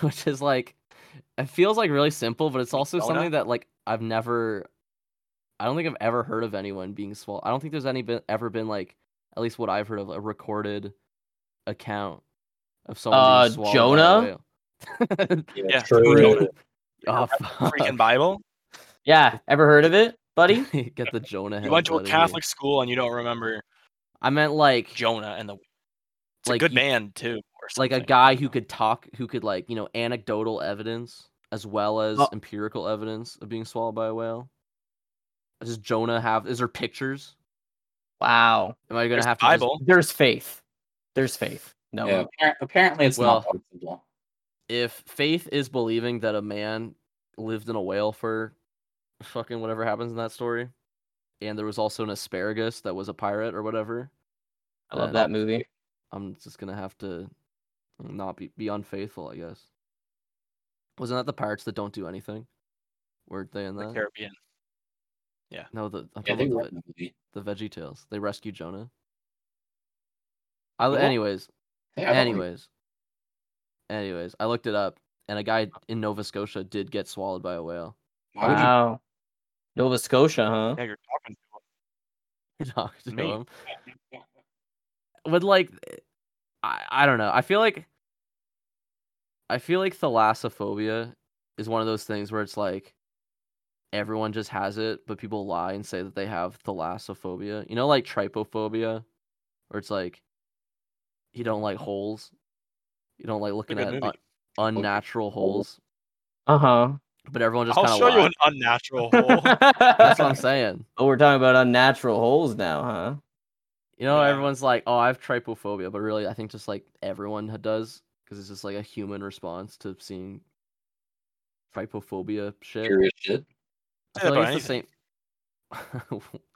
Speaker 3: which is like, it feels like really simple, but it's also
Speaker 2: Donut?
Speaker 3: something that like I've never, I don't think I've ever heard of anyone being swallowed. I don't think there's any been, ever been like at least what I've heard of a recorded account of someone
Speaker 4: Uh,
Speaker 3: being swallowed by a
Speaker 4: Jonah?
Speaker 3: whale. <laughs>
Speaker 2: Yeah,
Speaker 5: True.
Speaker 3: Oh,
Speaker 2: Freaking
Speaker 3: <laughs> fuck.
Speaker 2: Bible.
Speaker 4: Yeah, ever heard of it,
Speaker 3: <laughs>
Speaker 4: buddy?
Speaker 3: Get the Jonah.
Speaker 2: You went to a
Speaker 3: heads out of here.
Speaker 2: Catholic school and you don't remember
Speaker 3: I meant like
Speaker 2: Jonah and the. It's
Speaker 3: Like
Speaker 2: a good
Speaker 3: you-
Speaker 2: band too. Or
Speaker 3: like a
Speaker 2: something.
Speaker 3: guy who could talk, who could like you know anecdotal evidence as well as
Speaker 4: Oh.
Speaker 3: empirical evidence of being swallowed by a whale. Does Jonah have? Is there pictures?
Speaker 4: Wow.
Speaker 3: Am I gonna
Speaker 2: There's
Speaker 3: have
Speaker 2: the
Speaker 3: to? just-
Speaker 2: Bible.
Speaker 4: There's faith. There's faith. No.
Speaker 5: Yeah, appar- apparently it's not
Speaker 3: Well-
Speaker 5: possible.
Speaker 3: if faith is believing that a man lived in a whale for fucking whatever happens in that story, and there was also an asparagus that was a pirate or whatever,
Speaker 4: I love
Speaker 3: Uh,
Speaker 4: that movie.
Speaker 3: I'm just gonna have to not be, be unfaithful, I guess. Wasn't that the pirates that don't do anything? Weren't they in
Speaker 2: The
Speaker 3: that?
Speaker 2: Caribbean.
Speaker 3: no, the I'm
Speaker 5: Yeah, they
Speaker 3: talking
Speaker 5: were
Speaker 3: about
Speaker 5: in the movie.
Speaker 3: the, the Veggie Tales. They rescue Jonah. I,
Speaker 5: What?
Speaker 3: anyways,
Speaker 5: Hey, I don't like-
Speaker 3: Anyways, anyways, I looked it up, and a guy in Nova Scotia did get swallowed by a whale.
Speaker 5: why would you-
Speaker 3: uh,
Speaker 4: Wow. Nova Scotia, huh?
Speaker 2: Yeah, you're talking to him.
Speaker 3: <laughs> Talked to
Speaker 2: Me.
Speaker 3: him. But like, I I don't know. I feel like I feel like thalassophobia is one of those things where it's like everyone just has it, but people lie and say that they have thalassophobia. You know, like trypophobia, where it's like you don't like holes, you don't like looking
Speaker 2: good
Speaker 3: at
Speaker 2: movie. Oh.
Speaker 3: un- unnatural holes,
Speaker 4: Uh huh.
Speaker 3: but everyone just kind
Speaker 2: I'll
Speaker 3: of
Speaker 2: show
Speaker 3: lies.
Speaker 2: you an unnatural
Speaker 3: <laughs>
Speaker 2: hole. <laughs>
Speaker 3: Oh. That's what I'm
Speaker 4: <laughs> That's
Speaker 3: saying.
Speaker 4: Oh, we're talking about unnatural holes now, huh?
Speaker 3: You know,
Speaker 2: Yeah.
Speaker 3: everyone's like, "Oh, I have trypophobia," but really, I think just like everyone ha- does, because it's just like a human response to seeing trypophobia shit.
Speaker 5: Curious shit.
Speaker 3: I feel
Speaker 2: About
Speaker 3: like it's the same. <laughs>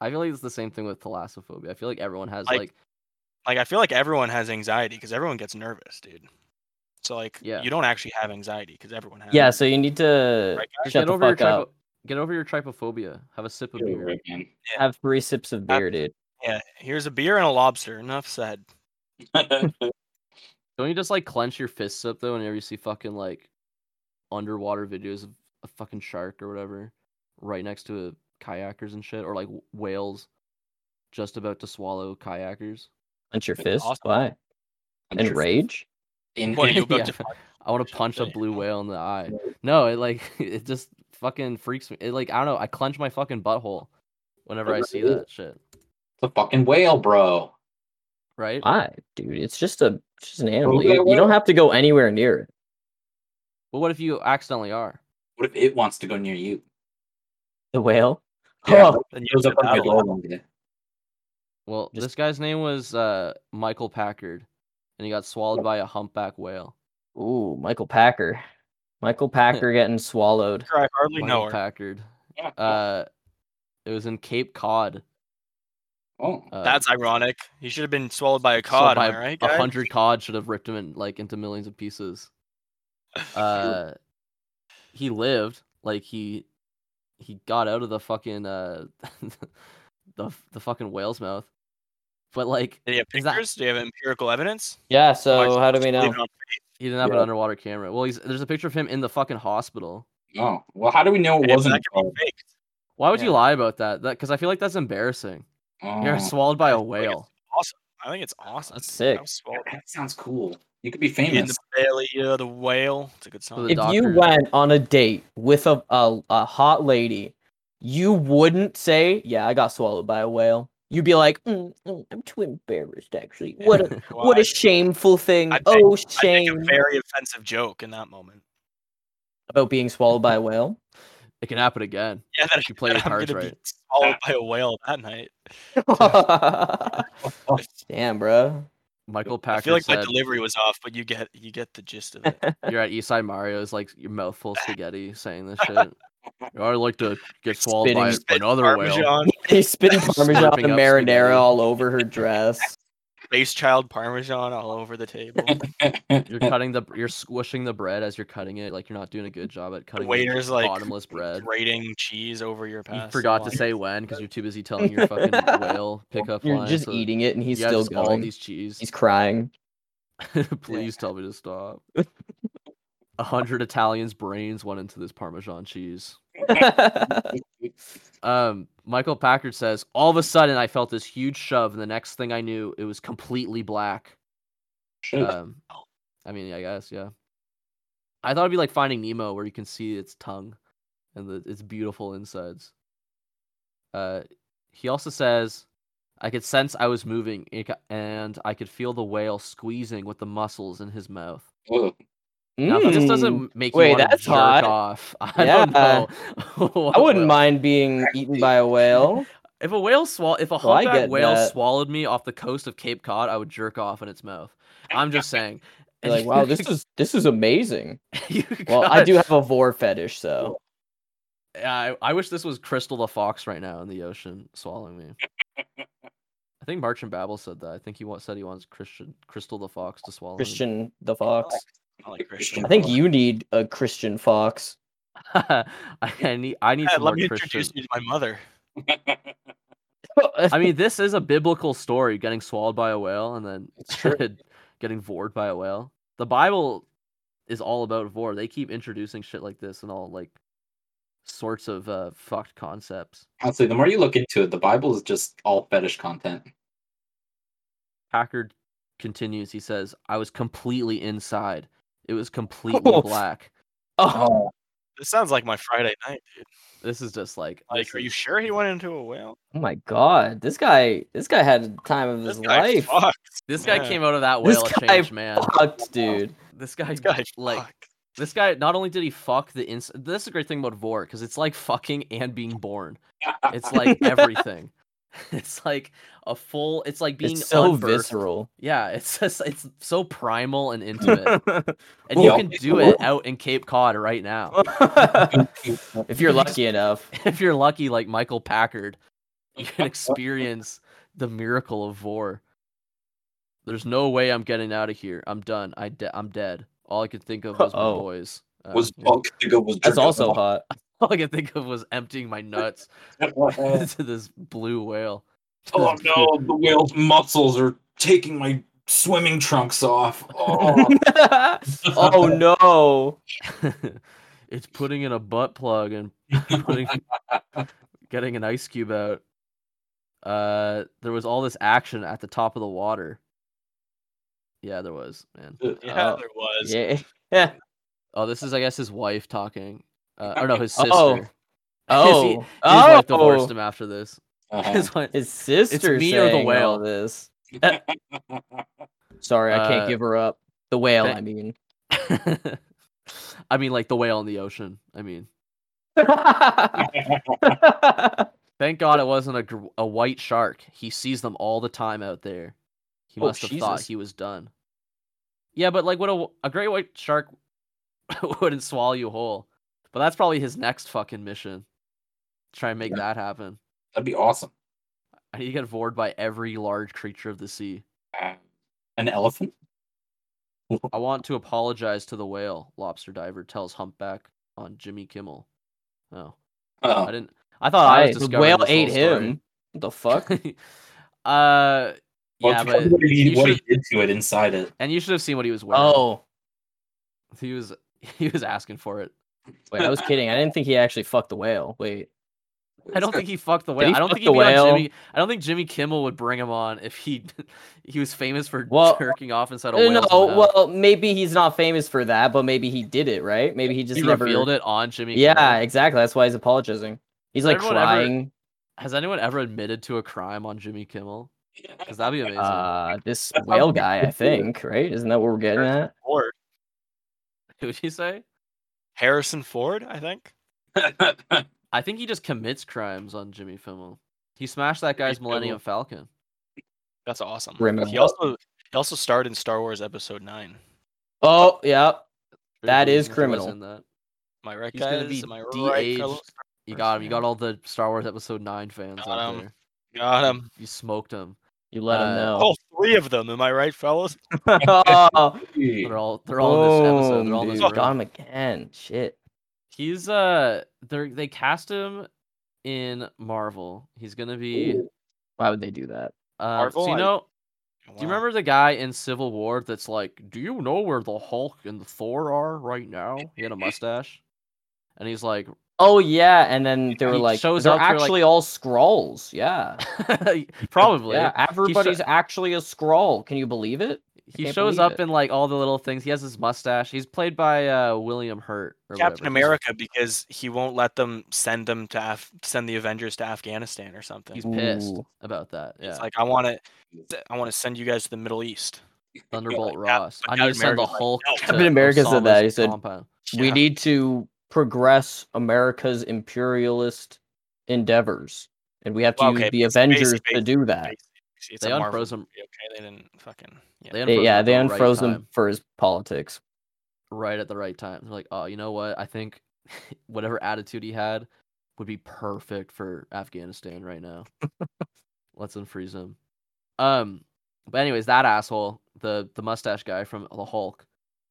Speaker 3: I feel like it's the same thing with thalassophobia. I feel like everyone has
Speaker 2: Like-
Speaker 3: like,
Speaker 2: like I feel like everyone has anxiety because everyone gets nervous, dude. So like,
Speaker 3: Yeah.
Speaker 2: you don't actually have anxiety because everyone has.
Speaker 4: Yeah,
Speaker 2: it.
Speaker 4: so you need to
Speaker 2: Right,
Speaker 3: "Just
Speaker 4: shut
Speaker 3: get
Speaker 4: the
Speaker 3: over your
Speaker 4: fuck
Speaker 3: trypo-
Speaker 4: up.
Speaker 3: get over your trypophobia. Have a sip of
Speaker 5: You're
Speaker 3: beer.
Speaker 5: right, man.
Speaker 4: Have three sips of beer, dude.
Speaker 2: yeah. Here's a beer and a lobster. Enough said. <laughs>
Speaker 3: Don't you just like clench your fists up though whenever you see fucking like underwater videos of a fucking shark or whatever right next to a kayakers and shit, or like wh- whales just about to swallow kayakers.
Speaker 4: Clench your
Speaker 2: Wait,
Speaker 4: fist.
Speaker 2: awesome.
Speaker 4: Why? And rage.
Speaker 5: In,
Speaker 2: What, are you about
Speaker 3: Yeah.
Speaker 2: to
Speaker 3: I want to punch a blue whale in the eye. No, it like <laughs> it just fucking freaks me. It like I don't know. I clench my fucking butthole whenever I see that shit.
Speaker 5: the fucking whale, bro.
Speaker 3: Right?
Speaker 4: Why, dude? It's just a it's just an animal.
Speaker 5: Okay,
Speaker 4: You, you
Speaker 5: well-
Speaker 4: don't have to go anywhere near it.
Speaker 3: But what if you accidentally are?
Speaker 5: What if it wants to go near you?
Speaker 4: The whale.
Speaker 5: Yeah,
Speaker 4: Oh,
Speaker 2: and
Speaker 5: It was up on
Speaker 2: out
Speaker 5: your
Speaker 2: of
Speaker 5: door
Speaker 2: it.
Speaker 5: one day.
Speaker 3: Well,
Speaker 4: Just-
Speaker 3: this guy's name was uh, Michael Packard, and he got swallowed by a humpback whale.
Speaker 2: Oh.
Speaker 4: ooh, Michael Packer. Michael Packer getting swallowed.
Speaker 2: I hardly know
Speaker 3: Michael
Speaker 2: her.
Speaker 3: Packard.
Speaker 5: Yeah.
Speaker 3: Uh, it was in Cape Cod.
Speaker 5: oh.
Speaker 3: Uh,
Speaker 2: That's ironic. He should have been swallowed by a
Speaker 3: swallowed
Speaker 2: cod,
Speaker 3: by
Speaker 2: am I right?
Speaker 3: A
Speaker 2: guys?
Speaker 3: hundred cod should have ripped him in, like into millions of pieces. Uh, he lived. Like he, he got out of the fucking uh, <laughs> the the fucking whale's mouth. But like
Speaker 2: <laughs> Do you have
Speaker 3: Is that-
Speaker 2: pictures? Do you have empirical evidence?
Speaker 4: Yeah. So
Speaker 2: Otherwise,
Speaker 4: how do we
Speaker 2: just leave it
Speaker 4: know?
Speaker 2: on-
Speaker 3: he didn't have an
Speaker 5: Yeah.
Speaker 3: underwater camera. Well, he's there's a picture of him in the fucking hospital.
Speaker 5: Oh. Well, how do we know it
Speaker 2: Hey,
Speaker 5: wasn't?
Speaker 2: That could be fake.
Speaker 3: Why would you
Speaker 4: Yeah.
Speaker 3: lie about that? That because I feel like that's embarrassing.
Speaker 5: Oh.
Speaker 3: You're swallowed by
Speaker 2: I
Speaker 3: a
Speaker 2: feel like it's
Speaker 3: whale.
Speaker 2: Awesome. I think it's awesome.
Speaker 4: That's sick.
Speaker 2: I was swallowed
Speaker 5: That sounds cool. You could be
Speaker 2: in
Speaker 5: famous.
Speaker 2: the belly of the whale. It's a good
Speaker 3: For
Speaker 2: song.
Speaker 3: the
Speaker 4: If you
Speaker 3: doctor-
Speaker 4: went on a date with a, a a hot lady, you wouldn't say, "Yeah, I got swallowed by a whale." You'd be like, mm, mm, "I'm too
Speaker 2: <laughs>
Speaker 4: embarrassed, actually. What a,
Speaker 2: Well,
Speaker 4: what
Speaker 2: I-
Speaker 4: a shameful thing!
Speaker 2: I think-
Speaker 4: oh,
Speaker 2: I think a
Speaker 4: shame
Speaker 2: very offensive joke in that moment.
Speaker 4: about being swallowed by
Speaker 2: <laughs>
Speaker 4: a whale." <laughs>
Speaker 3: It can happen again.
Speaker 2: Yeah, that
Speaker 3: You play your
Speaker 2: I'm
Speaker 3: cards
Speaker 2: gonna
Speaker 3: right.
Speaker 2: Be swallowed by a whale that night.
Speaker 4: Oh, Damn, bro.
Speaker 3: Michael
Speaker 2: I
Speaker 3: Packer
Speaker 2: feel like my
Speaker 3: said,
Speaker 2: delivery was off, but you get you get the gist
Speaker 3: <laughs>
Speaker 2: of it.
Speaker 3: "You're at Eastside Mario's, like your mouth full of spaghetti, saying this shit." I'd like to get swallowed by
Speaker 4: Spitting-
Speaker 3: another whale.
Speaker 2: Parmesan,
Speaker 3: <laughs>
Speaker 4: He's spitting parmesan
Speaker 3: Slurping
Speaker 4: and
Speaker 3: up
Speaker 4: marinara
Speaker 3: spaghetti.
Speaker 4: all over her
Speaker 3: <laughs>
Speaker 4: dress.
Speaker 2: space child Parmesan all over the table.
Speaker 3: You're cutting the, you're squishing the bread as you're cutting it. Like you're not doing a good job at
Speaker 2: The
Speaker 3: cutting.
Speaker 2: waiter's like <laughs>
Speaker 3: bottomless bread.
Speaker 2: grating cheese over your
Speaker 3: You
Speaker 2: pasta.
Speaker 3: forgot to
Speaker 2: line.
Speaker 3: say when because you're too busy
Speaker 2: <laughs>
Speaker 3: telling your fucking whale pickup
Speaker 4: You're
Speaker 3: line.
Speaker 4: just
Speaker 3: so
Speaker 4: eating it, and he's
Speaker 3: you have
Speaker 4: still
Speaker 3: just all
Speaker 4: going.
Speaker 3: these cheese. <laughs>
Speaker 4: He's <laughs> crying.
Speaker 3: Please tell me to stop. A hundred Italians' brains went into this Parmesan cheese.
Speaker 4: Mm.
Speaker 3: Um, Michael Packard says, all of a sudden I felt this huge shove, and the next thing I knew, it was completely black.
Speaker 5: Shit.
Speaker 3: Um, I mean, I guess, yeah. I thought it'd be like Finding Nemo, where you can see its tongue and the, its beautiful insides. Uh, he also says, I could sense I was moving, and ca- and I could feel the whale squeezing with the muscles in his mouth.
Speaker 5: Ugh.
Speaker 3: Now, if this
Speaker 4: Mm.
Speaker 3: doesn't make you
Speaker 4: Wait,
Speaker 3: want to
Speaker 4: that's
Speaker 3: jerk
Speaker 4: hot.
Speaker 3: off. <laughs> I don't
Speaker 4: Yeah.
Speaker 3: know. <laughs> what
Speaker 4: I wouldn't
Speaker 3: will.
Speaker 4: mind being eaten by
Speaker 3: <laughs>
Speaker 4: a whale.
Speaker 3: If a whale swall, if a
Speaker 4: Well, I
Speaker 3: humpback
Speaker 4: get
Speaker 3: whale
Speaker 4: that.
Speaker 3: swallowed me off the coast of Cape Cod, I would jerk off in its mouth. I'm just saying.
Speaker 4: <laughs> You're like,
Speaker 3: <laughs>
Speaker 4: wow, this is this is amazing.
Speaker 3: You
Speaker 4: Well, I
Speaker 3: got-
Speaker 4: do have a vor fetish, so
Speaker 3: I, I wish this was Crystal the fox right now in the ocean swallowing me.
Speaker 4: <laughs>
Speaker 3: I think March and Babel said that. I think he wa- said he wants Christian Crystal the fox to swallow. him.
Speaker 4: Christian the fox.
Speaker 2: I like Christian.
Speaker 4: I think you need a Christian fox.
Speaker 3: <laughs> I, I need I need
Speaker 2: Yeah,
Speaker 3: some
Speaker 2: let
Speaker 3: more
Speaker 2: me
Speaker 3: Christian.
Speaker 2: introduce you to my mother.
Speaker 5: <laughs>
Speaker 3: I mean, this is a biblical story: getting swallowed by a whale and then
Speaker 5: It's true.
Speaker 3: <laughs> getting vored by a whale. The Bible is all about vor. They keep introducing shit like this and all like sorts of uh, fucked concepts.
Speaker 5: Honestly, the more you look into it, the Bible is just all fetish content.
Speaker 3: Packard continues. He says, "I was completely inside. It was completely
Speaker 4: Oh.
Speaker 3: black.
Speaker 4: <laughs> oh,
Speaker 2: This sounds like my Friday night, dude.
Speaker 3: This is just like,
Speaker 2: Like,
Speaker 3: this
Speaker 2: are
Speaker 3: is-
Speaker 2: you sure he went into a whale?
Speaker 4: oh my god, this guy, this guy had the time of his
Speaker 2: This guy
Speaker 4: life.
Speaker 2: fucked.
Speaker 3: This guy
Speaker 2: Yeah.
Speaker 3: came out of that
Speaker 4: This
Speaker 3: whale a
Speaker 4: guy
Speaker 3: changed man.
Speaker 4: Fucked, dude.
Speaker 3: This guy,
Speaker 4: <laughs>
Speaker 2: This guy
Speaker 3: like."
Speaker 2: fucked.
Speaker 3: This guy not only did he fuck the ins this is a great thing about Vor, because it's like fucking and being born. It's like everything. <laughs> it's like a full it's like being
Speaker 4: It's so
Speaker 3: unbirthed.
Speaker 4: visceral.
Speaker 3: Yeah, it's <laughs> just, it's so primal and intimate. and you
Speaker 5: Well-
Speaker 3: can do it out in Cape Cod right now.
Speaker 4: <laughs> if you're lucky enough,
Speaker 3: <laughs> if you're lucky like Michael Packard, you can experience the miracle of Vor. There's no way I'm getting out of here. I'm done. I de- I'm dead. All I could think of was
Speaker 4: Uh-oh.
Speaker 3: my boys. Uh,
Speaker 5: was
Speaker 3: yeah.
Speaker 5: all to go was
Speaker 4: that's
Speaker 5: jerk
Speaker 4: also
Speaker 5: off.
Speaker 4: hot.
Speaker 3: <laughs> All I could think of was emptying my nuts <laughs> into this blue whale.
Speaker 5: Uh. <laughs>
Speaker 3: <laughs>
Speaker 5: oh no, the whale's muscles are taking my swimming trunks off.
Speaker 3: <laughs>
Speaker 5: Oh,
Speaker 4: <laughs> oh no.
Speaker 3: <laughs> it's putting in a butt plug and putting getting an ice cube out, uh, there was all this action at the top of the water. Yeah, there was, man.
Speaker 5: <laughs>
Speaker 2: Yeah,
Speaker 3: Oh.
Speaker 2: there was.
Speaker 4: uh, Yeah.
Speaker 3: Oh, this is, I guess, his wife talking. Uh, or no, his sister.
Speaker 4: <laughs> Oh.
Speaker 3: His-
Speaker 4: Oh,
Speaker 3: his
Speaker 4: oh,
Speaker 3: wife divorced him after this. <laughs>
Speaker 5: Uh-huh.
Speaker 3: His wife-
Speaker 4: his sister.
Speaker 3: me or the
Speaker 4: saying all
Speaker 3: whale?
Speaker 4: This. Sorry, I can't
Speaker 3: Uh,
Speaker 4: give her up. The whale.
Speaker 3: thank-
Speaker 4: I
Speaker 3: <laughs>
Speaker 4: mean. <laughs>
Speaker 3: I mean, like the whale in the ocean. I mean, thank God it wasn't a, gr- a white shark. He sees them all the time out there. He
Speaker 4: Oh,
Speaker 3: must have thought
Speaker 4: Jesus.
Speaker 3: he was done. Yeah, but like, what a a great white shark <laughs> wouldn't swallow you whole. But that's probably his next fucking mission. Try and make
Speaker 5: Yeah.
Speaker 3: that happen.
Speaker 5: That'd be awesome.
Speaker 3: I need to get vored by every large creature of the sea.
Speaker 5: Uh, an elephant?
Speaker 3: I want to apologize to the whale. Lobster diver tells humpback on Jimmy Kimmel. Oh, I
Speaker 5: Oh,
Speaker 3: didn't. I thought I,
Speaker 4: Hi,
Speaker 3: was
Speaker 4: the
Speaker 3: discovering
Speaker 4: whale
Speaker 3: this whole
Speaker 4: ate
Speaker 3: story.
Speaker 4: him. What
Speaker 3: <laughs>
Speaker 4: the fuck?
Speaker 3: uh,
Speaker 5: well,
Speaker 3: yeah,
Speaker 5: tell me
Speaker 3: but
Speaker 5: what, he,
Speaker 3: you
Speaker 5: what he
Speaker 3: should-
Speaker 5: did to it inside it.
Speaker 3: and you should have seen what he was wearing.
Speaker 4: oh,
Speaker 3: he was <laughs> he was asking for it.
Speaker 4: wait, I was kidding. I didn't think he actually fucked the whale. Wait.
Speaker 3: I don't think he fucked the
Speaker 4: Did
Speaker 3: whale.
Speaker 4: he
Speaker 3: I don't
Speaker 4: fuck
Speaker 3: think
Speaker 4: the
Speaker 3: he'd be on
Speaker 4: whale?
Speaker 3: Jimmy. I don't think Jimmy Kimmel would bring him on if he <laughs> he was famous for
Speaker 4: Well,
Speaker 3: jerking off inside a
Speaker 4: Uh,
Speaker 3: whale's
Speaker 4: No,
Speaker 3: mouth.
Speaker 4: well, maybe he's not famous for that, but maybe he did it, right? Maybe he just
Speaker 3: he
Speaker 4: never
Speaker 3: revealed it on Jimmy.
Speaker 4: Yeah,
Speaker 3: Kimmel.
Speaker 4: exactly. That's why he's apologizing. He's
Speaker 3: Has
Speaker 4: like
Speaker 3: everyone ever-
Speaker 4: crying.
Speaker 3: Has anyone ever admitted to a crime on Jimmy Kimmel? Because that'd be amazing. <laughs>
Speaker 4: Uh, this
Speaker 5: That's how
Speaker 4: whale
Speaker 5: we
Speaker 4: guy, I
Speaker 5: should do it.
Speaker 4: think, right? Isn't that what we're getting at?
Speaker 2: Or
Speaker 3: Who'd you say?
Speaker 2: Harrison Ford, I think.
Speaker 5: <laughs>
Speaker 3: I think he just commits crimes on Jimmy Kimmel. He smashed that guy's
Speaker 2: Kimmel.
Speaker 3: Millennium Falcon.
Speaker 2: That's awesome.
Speaker 4: Remember.
Speaker 2: He also he also starred in Star Wars Episode Nine.
Speaker 4: Oh, yeah.
Speaker 3: Pretty cool
Speaker 4: That is
Speaker 3: that he was
Speaker 4: criminal.
Speaker 3: in that.
Speaker 2: Am I right,
Speaker 3: He's gonna
Speaker 2: guys?
Speaker 3: be
Speaker 2: Am I right,
Speaker 3: de-aged.
Speaker 2: Carlos?
Speaker 3: You
Speaker 2: First
Speaker 3: got him. You got
Speaker 2: man.
Speaker 3: all the Star Wars Episode Nine fans
Speaker 2: Got
Speaker 3: out
Speaker 2: him.
Speaker 3: there.
Speaker 2: Got him.
Speaker 3: You
Speaker 2: <laughs>
Speaker 3: smoked
Speaker 4: <laughs>
Speaker 3: them.
Speaker 4: You let him
Speaker 3: Uh,
Speaker 4: know.
Speaker 2: All three of them. Am I right, fellas?
Speaker 4: Oh,
Speaker 3: They're all. They're all in this episode. They're all in this
Speaker 2: Oh,
Speaker 4: dude.
Speaker 3: room.
Speaker 4: Got him again. Shit.
Speaker 3: He's uh. They they cast him in Marvel. He's gonna be.
Speaker 5: Ooh.
Speaker 4: Why would they do that?
Speaker 3: Uh,
Speaker 2: Marvel,
Speaker 3: So you
Speaker 2: I-
Speaker 3: know. Do you
Speaker 2: Wow.
Speaker 3: remember the guy in Civil War that's like, "Do you know where the Hulk and the Thor are right now?" He had a mustache, and he's like, <laughs>
Speaker 4: Oh yeah, and then they were
Speaker 3: He
Speaker 4: like,
Speaker 3: shows
Speaker 4: they're
Speaker 3: up, they're like-
Speaker 4: actually all scrolls. Yeah,
Speaker 3: <laughs>
Speaker 2: <laughs>
Speaker 3: "Probably."
Speaker 4: yeah. Everybody's actually a scroll. Can you believe it?
Speaker 3: He
Speaker 4: can't
Speaker 3: shows up
Speaker 4: believe it.
Speaker 3: in like all the little things. He has his mustache. He's played by uh, William Hurt or
Speaker 2: Captain
Speaker 3: whatever. He's-
Speaker 2: America because he won't let them send them to Af- send the Avengers to Afghanistan or something.
Speaker 3: He's pissed
Speaker 4: Ooh.
Speaker 3: about that. Yeah.
Speaker 2: It's like I want to, I want to send you guys to the Middle East.
Speaker 3: Thunderbolt
Speaker 2: Cap-
Speaker 3: Ross.
Speaker 2: but
Speaker 3: I need to send the
Speaker 2: Captain America's like,
Speaker 3: Hulk.
Speaker 2: "No."
Speaker 3: to
Speaker 4: Captain America said that, he
Speaker 3: Osama's
Speaker 4: said-
Speaker 3: compound.
Speaker 4: We
Speaker 2: Yeah.
Speaker 4: need to progress America's imperialist endeavors, and we have to
Speaker 2: Well,
Speaker 4: use
Speaker 2: okay,
Speaker 4: the
Speaker 2: but it's basi-
Speaker 4: Avengers to
Speaker 2: basi-
Speaker 4: do that.
Speaker 2: It's- it's
Speaker 3: They
Speaker 2: a Marvel
Speaker 3: unfroze him.
Speaker 2: movie, Okay, they didn't fucking. Yeah.
Speaker 3: They
Speaker 4: They-
Speaker 3: unfroze
Speaker 4: yeah,
Speaker 3: him
Speaker 4: they
Speaker 3: at the right
Speaker 4: unfroze him
Speaker 3: time,
Speaker 4: for his politics.
Speaker 3: right at the right time. They're like, oh, you know what? I think <laughs> whatever attitude he had would be perfect for Afghanistan right
Speaker 4: <laughs>
Speaker 3: now. Let's unfreeze him. Um, but anyways, that asshole, the the mustache guy from the Hulk,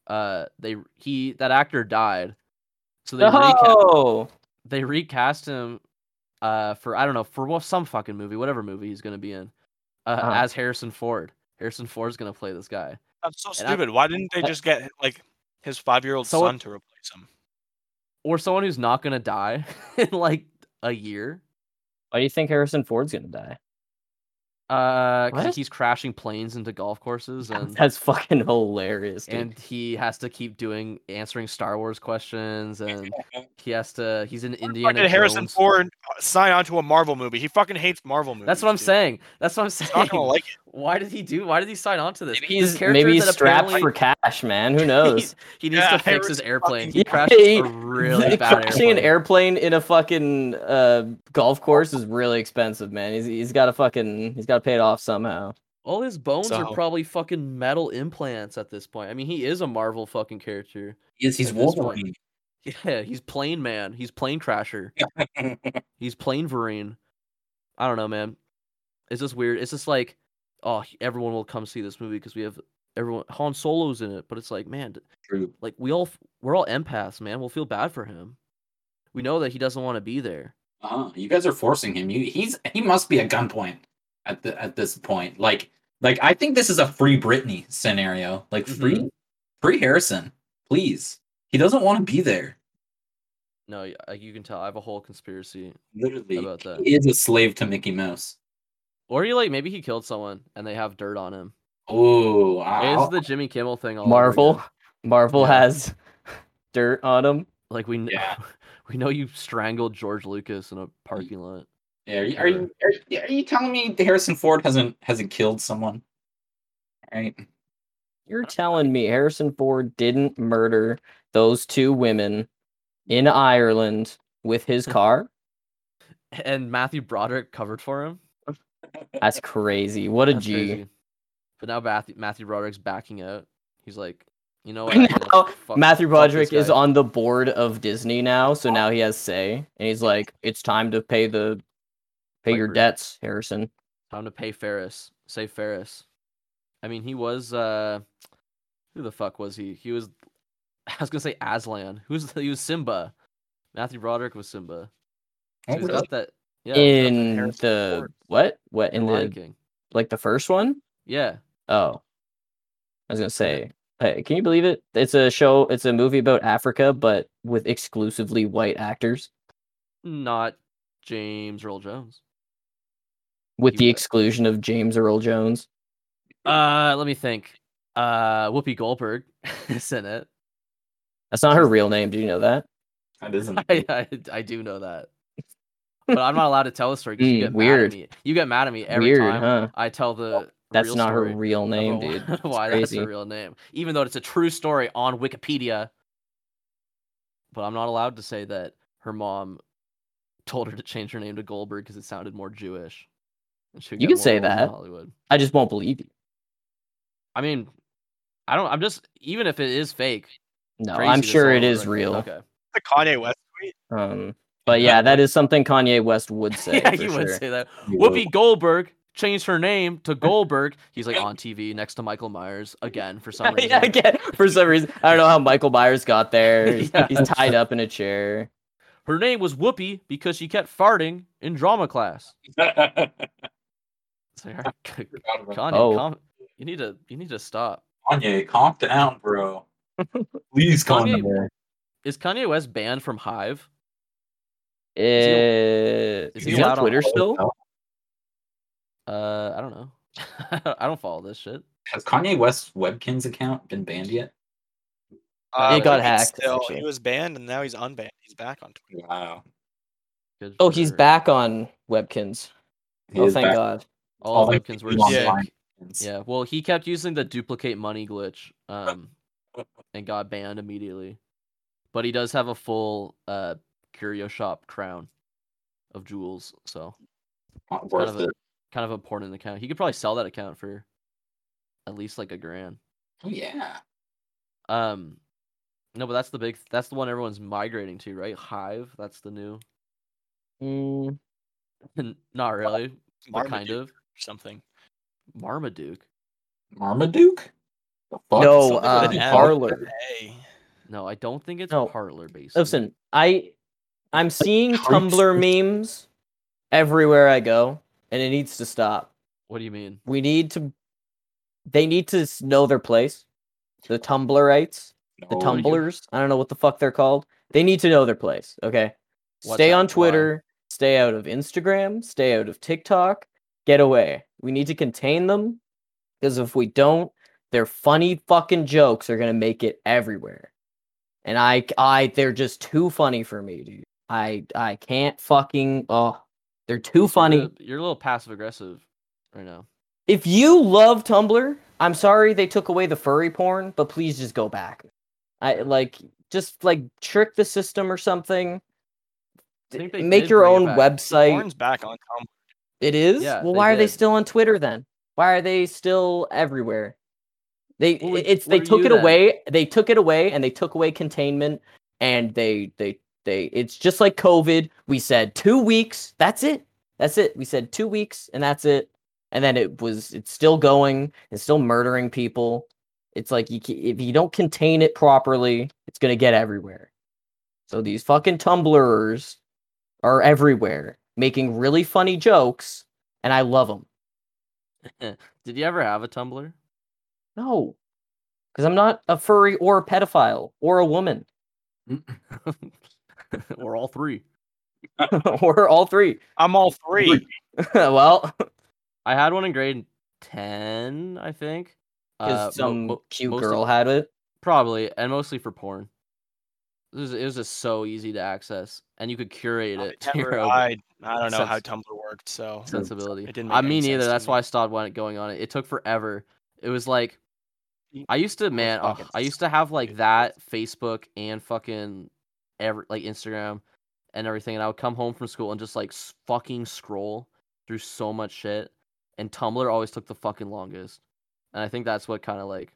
Speaker 3: uh, they he that actor died, so they recast
Speaker 4: Oh,
Speaker 3: they recast him uh for I don't know for what some fucking movie, whatever movie he's gonna be in, uh,
Speaker 4: Uh-huh.
Speaker 3: as Harrison Ford. Harrison Ford's gonna play this guy.
Speaker 2: That's so
Speaker 3: And I-
Speaker 2: stupid. Why didn't they
Speaker 4: I-
Speaker 2: just get like his five-year-old
Speaker 3: So-
Speaker 2: son to replace him?
Speaker 3: or someone who's not gonna die <laughs> in like a year.
Speaker 4: why do you think Harrison Ford's gonna die?
Speaker 3: Uh, 'cause
Speaker 4: What?
Speaker 3: he's crashing planes into golf courses and
Speaker 4: <laughs> That's fucking hilarious, dude.
Speaker 3: and he has to keep doing answering Star Wars questions and he has to he's in
Speaker 2: Why
Speaker 3: Indiana
Speaker 2: did Harrison
Speaker 3: Jones.
Speaker 2: Ford uh, sign on to a Marvel movie? He fucking hates Marvel movies.
Speaker 3: That's what I'm
Speaker 2: dude.
Speaker 3: saying. That's what I'm
Speaker 2: He's not gonna
Speaker 3: saying.
Speaker 2: like it.
Speaker 3: <laughs> Why did he do? Why did he sign on to this?
Speaker 4: maybe
Speaker 3: This
Speaker 4: he's
Speaker 3: character
Speaker 4: maybe he's
Speaker 3: that
Speaker 4: strapped for
Speaker 3: apparently-
Speaker 4: cash, man.
Speaker 3: <laughs>
Speaker 4: Who
Speaker 3: he,
Speaker 4: knows?
Speaker 3: he needs
Speaker 2: Yeah,
Speaker 3: to fix his
Speaker 2: Harrison
Speaker 3: airplane.
Speaker 2: fucking-
Speaker 3: He
Speaker 4: Yeah,
Speaker 3: crashed
Speaker 4: he-
Speaker 3: a really
Speaker 4: <laughs> Th-
Speaker 3: bad
Speaker 4: crashing
Speaker 3: airplane.
Speaker 4: an airplane in a fucking uh, golf course is really expensive, man. He's he's got to fucking he's got to pay it off somehow.
Speaker 3: All his bones
Speaker 2: So-
Speaker 3: are probably fucking metal implants at this point. I mean, he is a Marvel fucking character.
Speaker 5: Yes, he's
Speaker 3: At this point.
Speaker 5: Wolverine.
Speaker 3: Yeah, he's plane man. He's plane crasher. he's plane verine. I don't know, man. It's just weird. It's just like, oh, he- everyone will come see this movie because we have everyone. Han Solo's in it, but it's like, man, d-
Speaker 5: True.
Speaker 3: like we all f- we're all empaths, man. We'll feel bad for him. We know that he doesn't want to be there.
Speaker 5: Uh, you guys are forcing him. You, he's he must be at gunpoint at the at this point. Like like I think this is a free Britney scenario.
Speaker 3: Mm-hmm.
Speaker 5: Like free free Harrison, please. He doesn't want to be there.
Speaker 3: No, y- like you can tell, I have a whole conspiracy
Speaker 5: Literally,
Speaker 3: about that.
Speaker 5: he is a slave to Mickey Mouse.
Speaker 3: Or you like maybe he killed someone and they have dirt on him.
Speaker 5: Oh,
Speaker 3: It's
Speaker 5: I'll-
Speaker 3: the Jimmy Kimmel thing. All over
Speaker 4: Marvel.
Speaker 3: again.
Speaker 4: Marvel
Speaker 3: Yeah.
Speaker 4: has <laughs> dirt on him.
Speaker 3: Like we, kn-
Speaker 5: Yeah.
Speaker 3: <laughs> we know you strangled George Lucas in a parking lot.
Speaker 5: yeah, are, you, are, you, are, you- are you telling me Harrison Ford hasn't hasn't killed someone? All right.
Speaker 4: You're telling me Harrison Ford didn't murder those two women in Ireland with
Speaker 3: <laughs>
Speaker 4: his car?
Speaker 3: And Matthew Broderick covered for him.
Speaker 4: That's crazy. What a
Speaker 3: That's
Speaker 4: G.
Speaker 3: crazy. But now Matthew, Matthew Broderick's backing out. He's like, you
Speaker 4: <laughs>
Speaker 3: know what?
Speaker 4: Now
Speaker 3: actually, let's fuck-
Speaker 4: Matthew
Speaker 3: fuck this
Speaker 4: Broderick is
Speaker 3: guy."
Speaker 4: on the board of Disney now, so now he has say, and he's like, "It's time to pay the pay your
Speaker 3: Piper.
Speaker 4: debts, Harrison."
Speaker 3: Time to pay Ferris. Save Ferris. I mean, he was. uh Who the fuck was he? He was. <laughs> I was gonna say Aslan. Who's he was Simba. Matthew Broderick was Simba. So he's got that. Yeah. he's got that
Speaker 4: in
Speaker 2: Harrison
Speaker 4: the
Speaker 2: Ford.
Speaker 4: what? What in
Speaker 3: in Lion
Speaker 4: the
Speaker 3: King.
Speaker 4: like the first one?
Speaker 3: Yeah.
Speaker 4: Oh, I was gonna say, hey, can you believe it? It's a show. It's a movie about Africa, but with exclusively white actors,
Speaker 3: Not James Earl Jones.
Speaker 4: with
Speaker 3: You
Speaker 4: the
Speaker 3: bet.
Speaker 4: exclusion of James Earl Jones.
Speaker 3: Uh, let me think. Uh, Whoopi Goldberg <laughs> is in it.
Speaker 4: That's not her real name. Do you know that?
Speaker 5: That
Speaker 3: <laughs>
Speaker 5: isn't.
Speaker 3: I, I, I do know that. But I'm not allowed to tell the story because you
Speaker 4: Mm,
Speaker 3: get
Speaker 4: weird.
Speaker 3: mad at me. You get mad at me every
Speaker 4: Weird,
Speaker 3: time
Speaker 4: huh?
Speaker 3: I tell the
Speaker 4: That's
Speaker 3: real
Speaker 4: not her
Speaker 3: story <laughs>
Speaker 4: real name,
Speaker 3: about
Speaker 4: dude. That's
Speaker 3: why that's
Speaker 4: crazy.
Speaker 3: her real name. Even though it's a true story on Wikipedia. But I'm not allowed to say that her mom told her to change her name to Goldberg because it sounded more Jewish. And she would
Speaker 4: You
Speaker 3: get
Speaker 4: can say
Speaker 3: more roles in
Speaker 4: that.
Speaker 3: Hollywood.
Speaker 4: I just won't believe you.
Speaker 3: I mean, I don't. I'm just even if it is fake.
Speaker 4: No,
Speaker 3: crazy
Speaker 4: I'm
Speaker 3: to
Speaker 4: sure it
Speaker 3: someone,
Speaker 4: is
Speaker 3: like,
Speaker 4: real.
Speaker 3: Okay.
Speaker 2: The Kanye West tweet.
Speaker 4: Um, but yeah, that is something Kanye West would say.
Speaker 3: <laughs> yeah,
Speaker 4: for
Speaker 3: you would
Speaker 4: sure. <laughs>
Speaker 3: say that.
Speaker 5: You would.
Speaker 3: Whoopi Goldberg changed her name to Goldberg. He's like on TV next to Michael Myers again for some reason.
Speaker 4: <laughs> yeah, again, for some reason, I don't know how Michael Myers
Speaker 3: <laughs>
Speaker 4: got there. He's,
Speaker 3: Yeah.
Speaker 4: he's tied up in a chair.
Speaker 3: Her name was Whoopi because she kept farting in drama class. It's like, all right, <laughs> Kanye,
Speaker 4: Oh.
Speaker 3: calm- you need to you need to stop.
Speaker 5: Kanye, calm down,
Speaker 3: <laughs>
Speaker 5: bro. Please calm
Speaker 3: Kanye-
Speaker 5: down.
Speaker 3: Is Kanye West banned from Hive?
Speaker 4: Uh,
Speaker 3: is
Speaker 4: is
Speaker 3: he
Speaker 4: he on
Speaker 3: allowed on
Speaker 4: Twitter
Speaker 3: all of
Speaker 4: still?
Speaker 3: Uh, I don't know. <laughs> I don't follow this shit.
Speaker 5: Has Kanye West's Webkins account been banned yet?
Speaker 3: Uh,
Speaker 4: It got
Speaker 2: I think it's
Speaker 4: hacked,
Speaker 2: Um, Still,
Speaker 4: actually.
Speaker 2: he was banned and now he's unbanned. He's back on Twitter.
Speaker 5: Wow.
Speaker 3: Good
Speaker 4: Oh, he's
Speaker 3: for-
Speaker 4: back on Webkins.
Speaker 5: He
Speaker 4: Oh,
Speaker 5: is
Speaker 4: thank
Speaker 5: back.
Speaker 4: God.
Speaker 3: All
Speaker 5: All the
Speaker 3: Americans were
Speaker 5: people
Speaker 3: sick.
Speaker 5: online.
Speaker 3: Yeah, well, he kept using the duplicate money glitch, um, and got banned immediately. But he does have a full uh curio shop crown of jewels, so
Speaker 5: Not
Speaker 3: kind of
Speaker 5: worth
Speaker 3: a
Speaker 5: it.
Speaker 3: kind of important account. He could probably sell that account for at least like a grand.
Speaker 5: Oh, yeah.
Speaker 3: Um, no, but that's the big. That's the one everyone's migrating to, right? Hive. That's the new. <laughs>
Speaker 4: Mm,
Speaker 3: Not really, but kind
Speaker 2: Marmaduke or
Speaker 3: of
Speaker 2: something.
Speaker 3: Marmaduke.
Speaker 5: Marmaduke? The fuck?
Speaker 4: No,
Speaker 5: Something
Speaker 4: uh,
Speaker 5: with an L.
Speaker 4: Parler.
Speaker 2: Hey,
Speaker 3: No, I don't think it's
Speaker 4: No.
Speaker 3: parlor based.
Speaker 4: Listen, I I'm seeing
Speaker 5: Truth.
Speaker 4: Tumblr memes everywhere I go, and it needs to stop.
Speaker 3: What do you mean?
Speaker 4: We need to. They need to s- know their place. The Tumblrites. the
Speaker 3: Oh,
Speaker 5: No, you-
Speaker 4: tumblers i don't know what the fuck they're called they need to know their place okay
Speaker 3: What's
Speaker 4: stay
Speaker 3: that?
Speaker 4: on
Speaker 3: Why?
Speaker 4: twitter stay out of instagram stay out of tiktok get away we need to contain them because if we don't their funny fucking jokes are gonna make it everywhere and i i they're just too funny for me dude i i can't fucking oh they're too funny
Speaker 3: You're, a- you're a little passive aggressive right now.
Speaker 4: if you love Tumblr, I'm sorry they took away the furry porn, but please just go back. I like just like trick the system or something.
Speaker 3: I think they
Speaker 4: Make
Speaker 3: did
Speaker 4: your
Speaker 3: bring it back.
Speaker 4: own website.
Speaker 2: Warren's back on Tumblr.
Speaker 4: It is.
Speaker 3: Yeah,
Speaker 4: well,
Speaker 3: they
Speaker 4: why are they
Speaker 3: did.
Speaker 4: still on Twitter then? Why are they still everywhere? They
Speaker 3: What would-
Speaker 4: it's
Speaker 3: what
Speaker 4: they
Speaker 3: are
Speaker 4: took
Speaker 3: you
Speaker 4: it
Speaker 3: then?
Speaker 4: away. They took it away and they took away containment and they they they it's just like COVID. We said 2 weeks. That's it. That's it. We said 2 weeks and that's it. And then it was it's still going. It's still murdering people. It's like you ca- if you don't contain it properly, it's going to get everywhere. So these fucking tumblers are everywhere making really funny jokes and I love them.
Speaker 3: Did you ever have a Tumblr? <laughs>
Speaker 4: No. Because I'm not a furry or a pedophile or a woman.
Speaker 3: or all three.
Speaker 4: <laughs> or all
Speaker 2: <laughs>
Speaker 4: three.
Speaker 2: I'm all three.
Speaker 4: <laughs> well,
Speaker 3: I had one in grade ten, I think.
Speaker 4: because
Speaker 3: Uh, mo-
Speaker 4: some
Speaker 3: mo-
Speaker 4: cute
Speaker 3: mostly-
Speaker 4: girl had it.
Speaker 3: probably, and mostly for porn. It was, it was just so easy to access, and you could curate
Speaker 2: I,
Speaker 4: <laughs>
Speaker 3: it <laughs> to your
Speaker 2: never-
Speaker 3: own
Speaker 2: I, I don't know how
Speaker 3: Sense-
Speaker 2: Tumblr worked, so
Speaker 3: sensibility.
Speaker 2: It didn't
Speaker 3: I
Speaker 2: make
Speaker 3: mean,
Speaker 2: any sense
Speaker 3: neither.
Speaker 2: to
Speaker 3: That's
Speaker 2: me.
Speaker 3: why I stopped wa- going on it. It took forever. It was like,
Speaker 2: Y-
Speaker 3: I used to man, ugh,
Speaker 2: fucking
Speaker 3: I used to have like
Speaker 2: stupid.
Speaker 3: that Facebook and fucking every like Instagram and everything, and I would come home from school and just like s- fucking scroll through so much shit. And Tumblr always took the fucking longest, and I think that's what kind of like,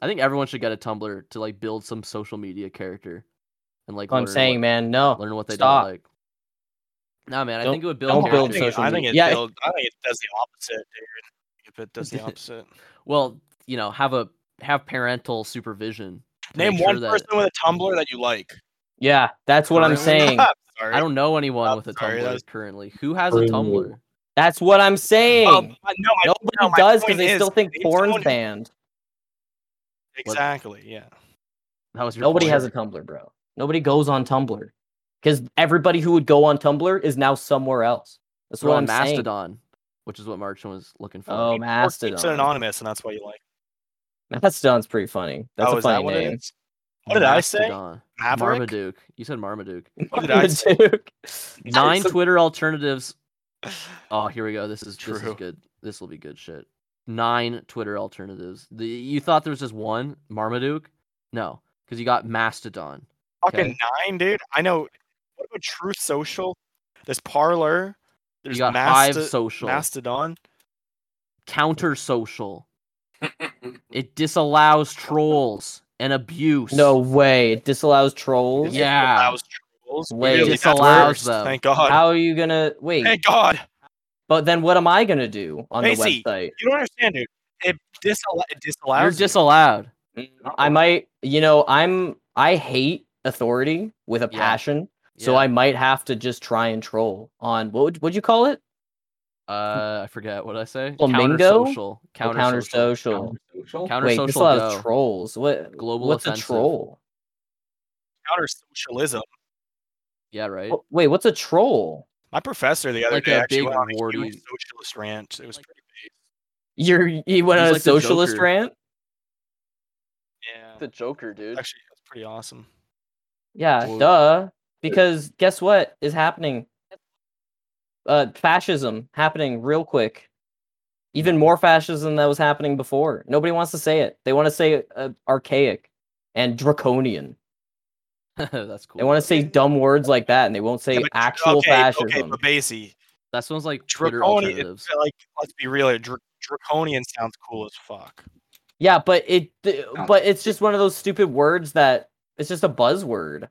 Speaker 3: I think everyone should get a Tumblr to like build some social media character, and like
Speaker 4: I'm
Speaker 3: learn
Speaker 4: saying,
Speaker 3: what,
Speaker 4: man, no.
Speaker 3: learn what they
Speaker 4: stop.
Speaker 3: don't like. Nah, man, I
Speaker 4: Don't-
Speaker 3: think it would build
Speaker 4: don't
Speaker 2: I
Speaker 3: character.
Speaker 4: build
Speaker 2: think-
Speaker 4: social
Speaker 2: I think
Speaker 4: media.
Speaker 2: it
Speaker 4: Yeah.
Speaker 2: build- I think it does the opposite, dude. If it does
Speaker 4: <laughs>
Speaker 2: the opposite.
Speaker 3: Well, you know, have a have parental supervision. to
Speaker 2: Name
Speaker 3: make sure
Speaker 2: one
Speaker 3: that-
Speaker 2: person with a Tumblr that you like.
Speaker 4: Yeah, that's what I'm
Speaker 2: <laughs>
Speaker 3: Currently not.
Speaker 4: saying.
Speaker 2: Sorry.
Speaker 3: I don't know anyone
Speaker 2: I'm
Speaker 3: with a
Speaker 2: Oh, sorry,
Speaker 3: Tumblr
Speaker 2: that was-
Speaker 3: currently. Who has a
Speaker 5: Ooh.
Speaker 3: Tumblr?
Speaker 4: That's what I'm saying.
Speaker 2: Um, I- no, my-
Speaker 4: Nobody
Speaker 2: no, my
Speaker 4: does because
Speaker 2: point
Speaker 4: they
Speaker 2: is,
Speaker 4: still think
Speaker 2: name someone
Speaker 4: porn's
Speaker 2: who-
Speaker 4: banned.
Speaker 2: Exactly. Yeah.
Speaker 3: That was your
Speaker 4: Nobody
Speaker 3: point.
Speaker 4: has a Tumblr, bro. Nobody goes on Tumblr because everybody who would go on Tumblr is now somewhere else. That's
Speaker 3: They're
Speaker 4: what
Speaker 3: on
Speaker 4: I'm saying.
Speaker 3: Mastodon, which is what Marchin was looking for.
Speaker 4: Oh,
Speaker 2: It's
Speaker 4: Mastodon.
Speaker 2: anonymous, and that's why you like.
Speaker 4: Mastodon's pretty funny. That's
Speaker 2: oh,
Speaker 4: a
Speaker 2: is
Speaker 4: funny
Speaker 2: that what
Speaker 4: name.
Speaker 2: it is? What did I say?
Speaker 3: Mastodon.
Speaker 2: Maverick?
Speaker 3: Marmaduke. You said Marmaduke.
Speaker 2: <laughs> What
Speaker 4: <laughs>
Speaker 2: did I say?
Speaker 4: Marmaduke.
Speaker 3: Nine
Speaker 2: said-
Speaker 3: Twitter alternatives.
Speaker 2: <laughs>
Speaker 3: Oh, here we go. This is this is
Speaker 2: True.
Speaker 3: good. This will be good shit. Nine Twitter alternatives. The, you thought there was just one Marmaduke? No, because you got Mastodon.
Speaker 2: Fucking
Speaker 3: Okay.
Speaker 2: nine, dude. I know. What about True Social? There's Parlor. There's
Speaker 3: you got
Speaker 2: Mast-
Speaker 3: Hive Social.
Speaker 2: Mastodon.
Speaker 3: counter social.
Speaker 2: <laughs>
Speaker 3: It disallows trolls and abuse.
Speaker 4: No way. It disallows trolls.
Speaker 3: Yeah.
Speaker 2: Disallows trolls.
Speaker 4: Wait.
Speaker 2: Really, that's
Speaker 3: Disallows
Speaker 2: worse.
Speaker 3: them.
Speaker 2: Thank God.
Speaker 4: How are you gonna wait?
Speaker 2: Thank God.
Speaker 4: But then what am I gonna do on
Speaker 2: Casey,
Speaker 4: the website?
Speaker 2: You don't understand, dude. It, disall- it disallows.
Speaker 3: you're
Speaker 2: you.
Speaker 3: disallowed.
Speaker 4: I might, you know, I'm I hate authority with a
Speaker 3: Yeah.
Speaker 4: passion. So
Speaker 3: Yeah.
Speaker 4: I might have to just try and troll on what would what'd you call it?
Speaker 3: Uh, I forget what did I say.
Speaker 4: Flamingo?
Speaker 3: Counter-social.
Speaker 4: Counter,
Speaker 3: Counter social.
Speaker 4: social.
Speaker 5: Social?
Speaker 3: Counter
Speaker 4: Wait, this
Speaker 3: social.
Speaker 4: allows
Speaker 3: go.
Speaker 4: trolls. What
Speaker 3: Global
Speaker 4: What's
Speaker 3: offensive.
Speaker 4: a troll?
Speaker 2: counter socialism.
Speaker 3: Yeah, right.
Speaker 4: Wh- Wait, what's a troll?
Speaker 2: My professor the other
Speaker 3: Like
Speaker 2: day
Speaker 3: a
Speaker 2: actually
Speaker 3: big
Speaker 2: went on a huge
Speaker 3: warty-
Speaker 2: socialist rant. It was
Speaker 3: Like-
Speaker 2: pretty big.
Speaker 4: You're you went
Speaker 3: He's
Speaker 4: on a
Speaker 3: like the
Speaker 4: socialist
Speaker 3: Joker.
Speaker 4: rant?
Speaker 2: Yeah.
Speaker 3: Joker, dude.
Speaker 2: Actually, that's pretty awesome.
Speaker 4: Yeah,
Speaker 3: Well-
Speaker 4: duh. Because guess what is happening? Uh, fascism happening real quick. Even more fascism that was happening before. Nobody wants to say it. They want to say uh, archaic and draconian.
Speaker 3: <laughs> That's cool.
Speaker 4: They want to say dumb words like that, and they won't say
Speaker 2: Yeah, but-
Speaker 4: actual
Speaker 2: okay,
Speaker 4: fascism.
Speaker 2: Okay, but Basie,
Speaker 3: that sounds like Twitter
Speaker 2: draconian.
Speaker 3: alternatives.
Speaker 2: It's like, let's be real, here, dra- draconian sounds cool as fuck.
Speaker 4: yeah, but it, th- but it's just one of those stupid words that it's just a buzzword.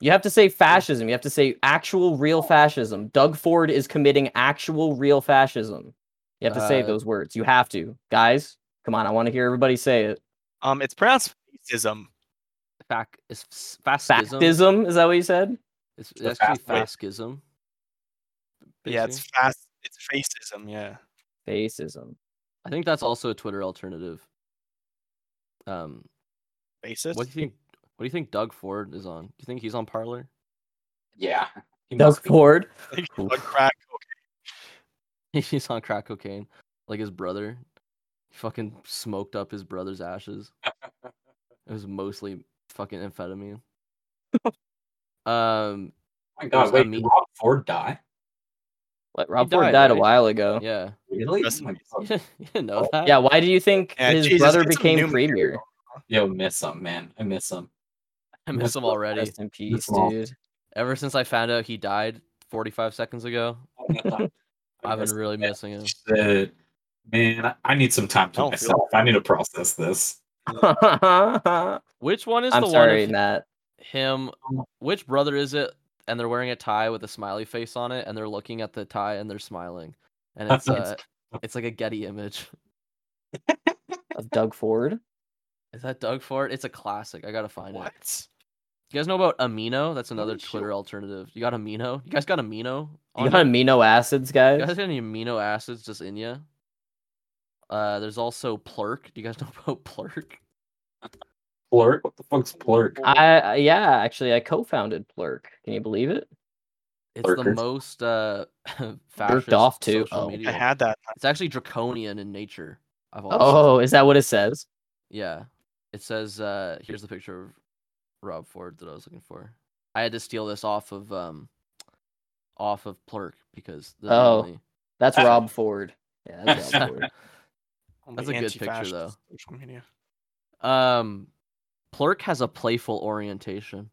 Speaker 4: You have to say fascism. You have to say actual real fascism. Doug Ford is committing actual real fascism. You have to say
Speaker 3: Uh,
Speaker 4: those words. You have to, guys. Come on, I want to hear everybody say it.
Speaker 2: Um, it's pronounced fascism.
Speaker 3: Fac is s- fascism.
Speaker 4: Fascism is that what you said?
Speaker 3: It's, it's
Speaker 5: The
Speaker 3: actually
Speaker 5: fast-
Speaker 3: fascism.
Speaker 2: Yeah, it's
Speaker 3: basically.
Speaker 2: fast. It's fascism. Yeah.
Speaker 4: Fascism.
Speaker 3: I think that's also a Twitter alternative. Um,
Speaker 2: Fascist.
Speaker 3: what do you think? What do you think Doug Ford is on? Do you think he's on Parlor?
Speaker 5: Yeah. He
Speaker 4: Doug
Speaker 5: must be.
Speaker 4: Ford.
Speaker 2: Like, <laughs> like crack.
Speaker 3: <laughs> he's on crack cocaine, like his brother. He fucking smoked up his brother's ashes. <laughs> It was mostly fucking amphetamine. <laughs> um,
Speaker 5: Oh my god,
Speaker 3: does
Speaker 5: wait,
Speaker 3: that
Speaker 5: did
Speaker 3: mean?
Speaker 5: Rob Ford die?
Speaker 4: What Rob
Speaker 3: He
Speaker 4: Ford
Speaker 3: died,
Speaker 4: died a
Speaker 3: right?
Speaker 4: while ago. Yeah.
Speaker 3: yeah, <laughs>
Speaker 5: Really?
Speaker 2: Rest
Speaker 5: Oh my
Speaker 2: in
Speaker 5: god.
Speaker 3: you didn't know that.
Speaker 4: why do you think
Speaker 2: Yeah,
Speaker 4: his
Speaker 2: Jesus,
Speaker 4: brother
Speaker 2: get some new
Speaker 4: became premier?
Speaker 2: material.
Speaker 5: Yo, miss him, man. I miss him.
Speaker 3: I miss him already.
Speaker 4: Rest in peace,
Speaker 5: small.
Speaker 4: dude.
Speaker 3: Ever since I found out he died 45 seconds ago, I've been really missing him.
Speaker 5: Shit. Man, I- I need some time
Speaker 2: I
Speaker 5: to
Speaker 2: don't feel-
Speaker 5: myself. I need to process this.
Speaker 4: <laughs> I'm
Speaker 3: <laughs> Which one Oh. is the
Speaker 4: sorry,
Speaker 3: one? of
Speaker 4: Nat.
Speaker 3: him. Which brother is it? And they're wearing a tie with a smiley face on it, and they're looking at the tie and they're smiling, and it's uh, it's like a Getty image.
Speaker 4: Of Doug Ford.
Speaker 3: Is that Doug Ford? It's a classic. I gotta find it.
Speaker 2: What?
Speaker 3: You guys know about Amino? That's another
Speaker 5: shit.
Speaker 3: Twitter alternative. You got Amino? You guys got Amino?
Speaker 4: You
Speaker 3: on
Speaker 4: got
Speaker 3: ya?
Speaker 4: amino acids,
Speaker 3: You guys
Speaker 4: guys.
Speaker 3: got any amino acids just in you? <laughs> Uh, there's also Plurk. Do you guys know about Plurk?
Speaker 5: Plurk? What the fuck's Plurk?
Speaker 4: I I- yeah, actually, I co-founded Plurk. Can you believe it?
Speaker 3: It's the
Speaker 5: Lurkers.
Speaker 3: most uh <laughs> fascist
Speaker 4: off too.
Speaker 3: social
Speaker 4: Oh.
Speaker 3: media.
Speaker 2: I had that.
Speaker 3: It's actually draconian in nature. I've always
Speaker 4: Oh, is that what it says?
Speaker 3: Yeah. It says uh here's the picture of Rob Ford that I was looking for. I had to steal this off of um off of Plurk because the
Speaker 4: Oh.
Speaker 3: only- <laughs>
Speaker 4: That's
Speaker 5: Uh,
Speaker 4: Rob Ford. Yeah, that's Rob Ford.
Speaker 3: That's a good picture,
Speaker 2: Anti-fascist
Speaker 3: though.
Speaker 2: Social media.
Speaker 3: um Plurk has a playful orientation.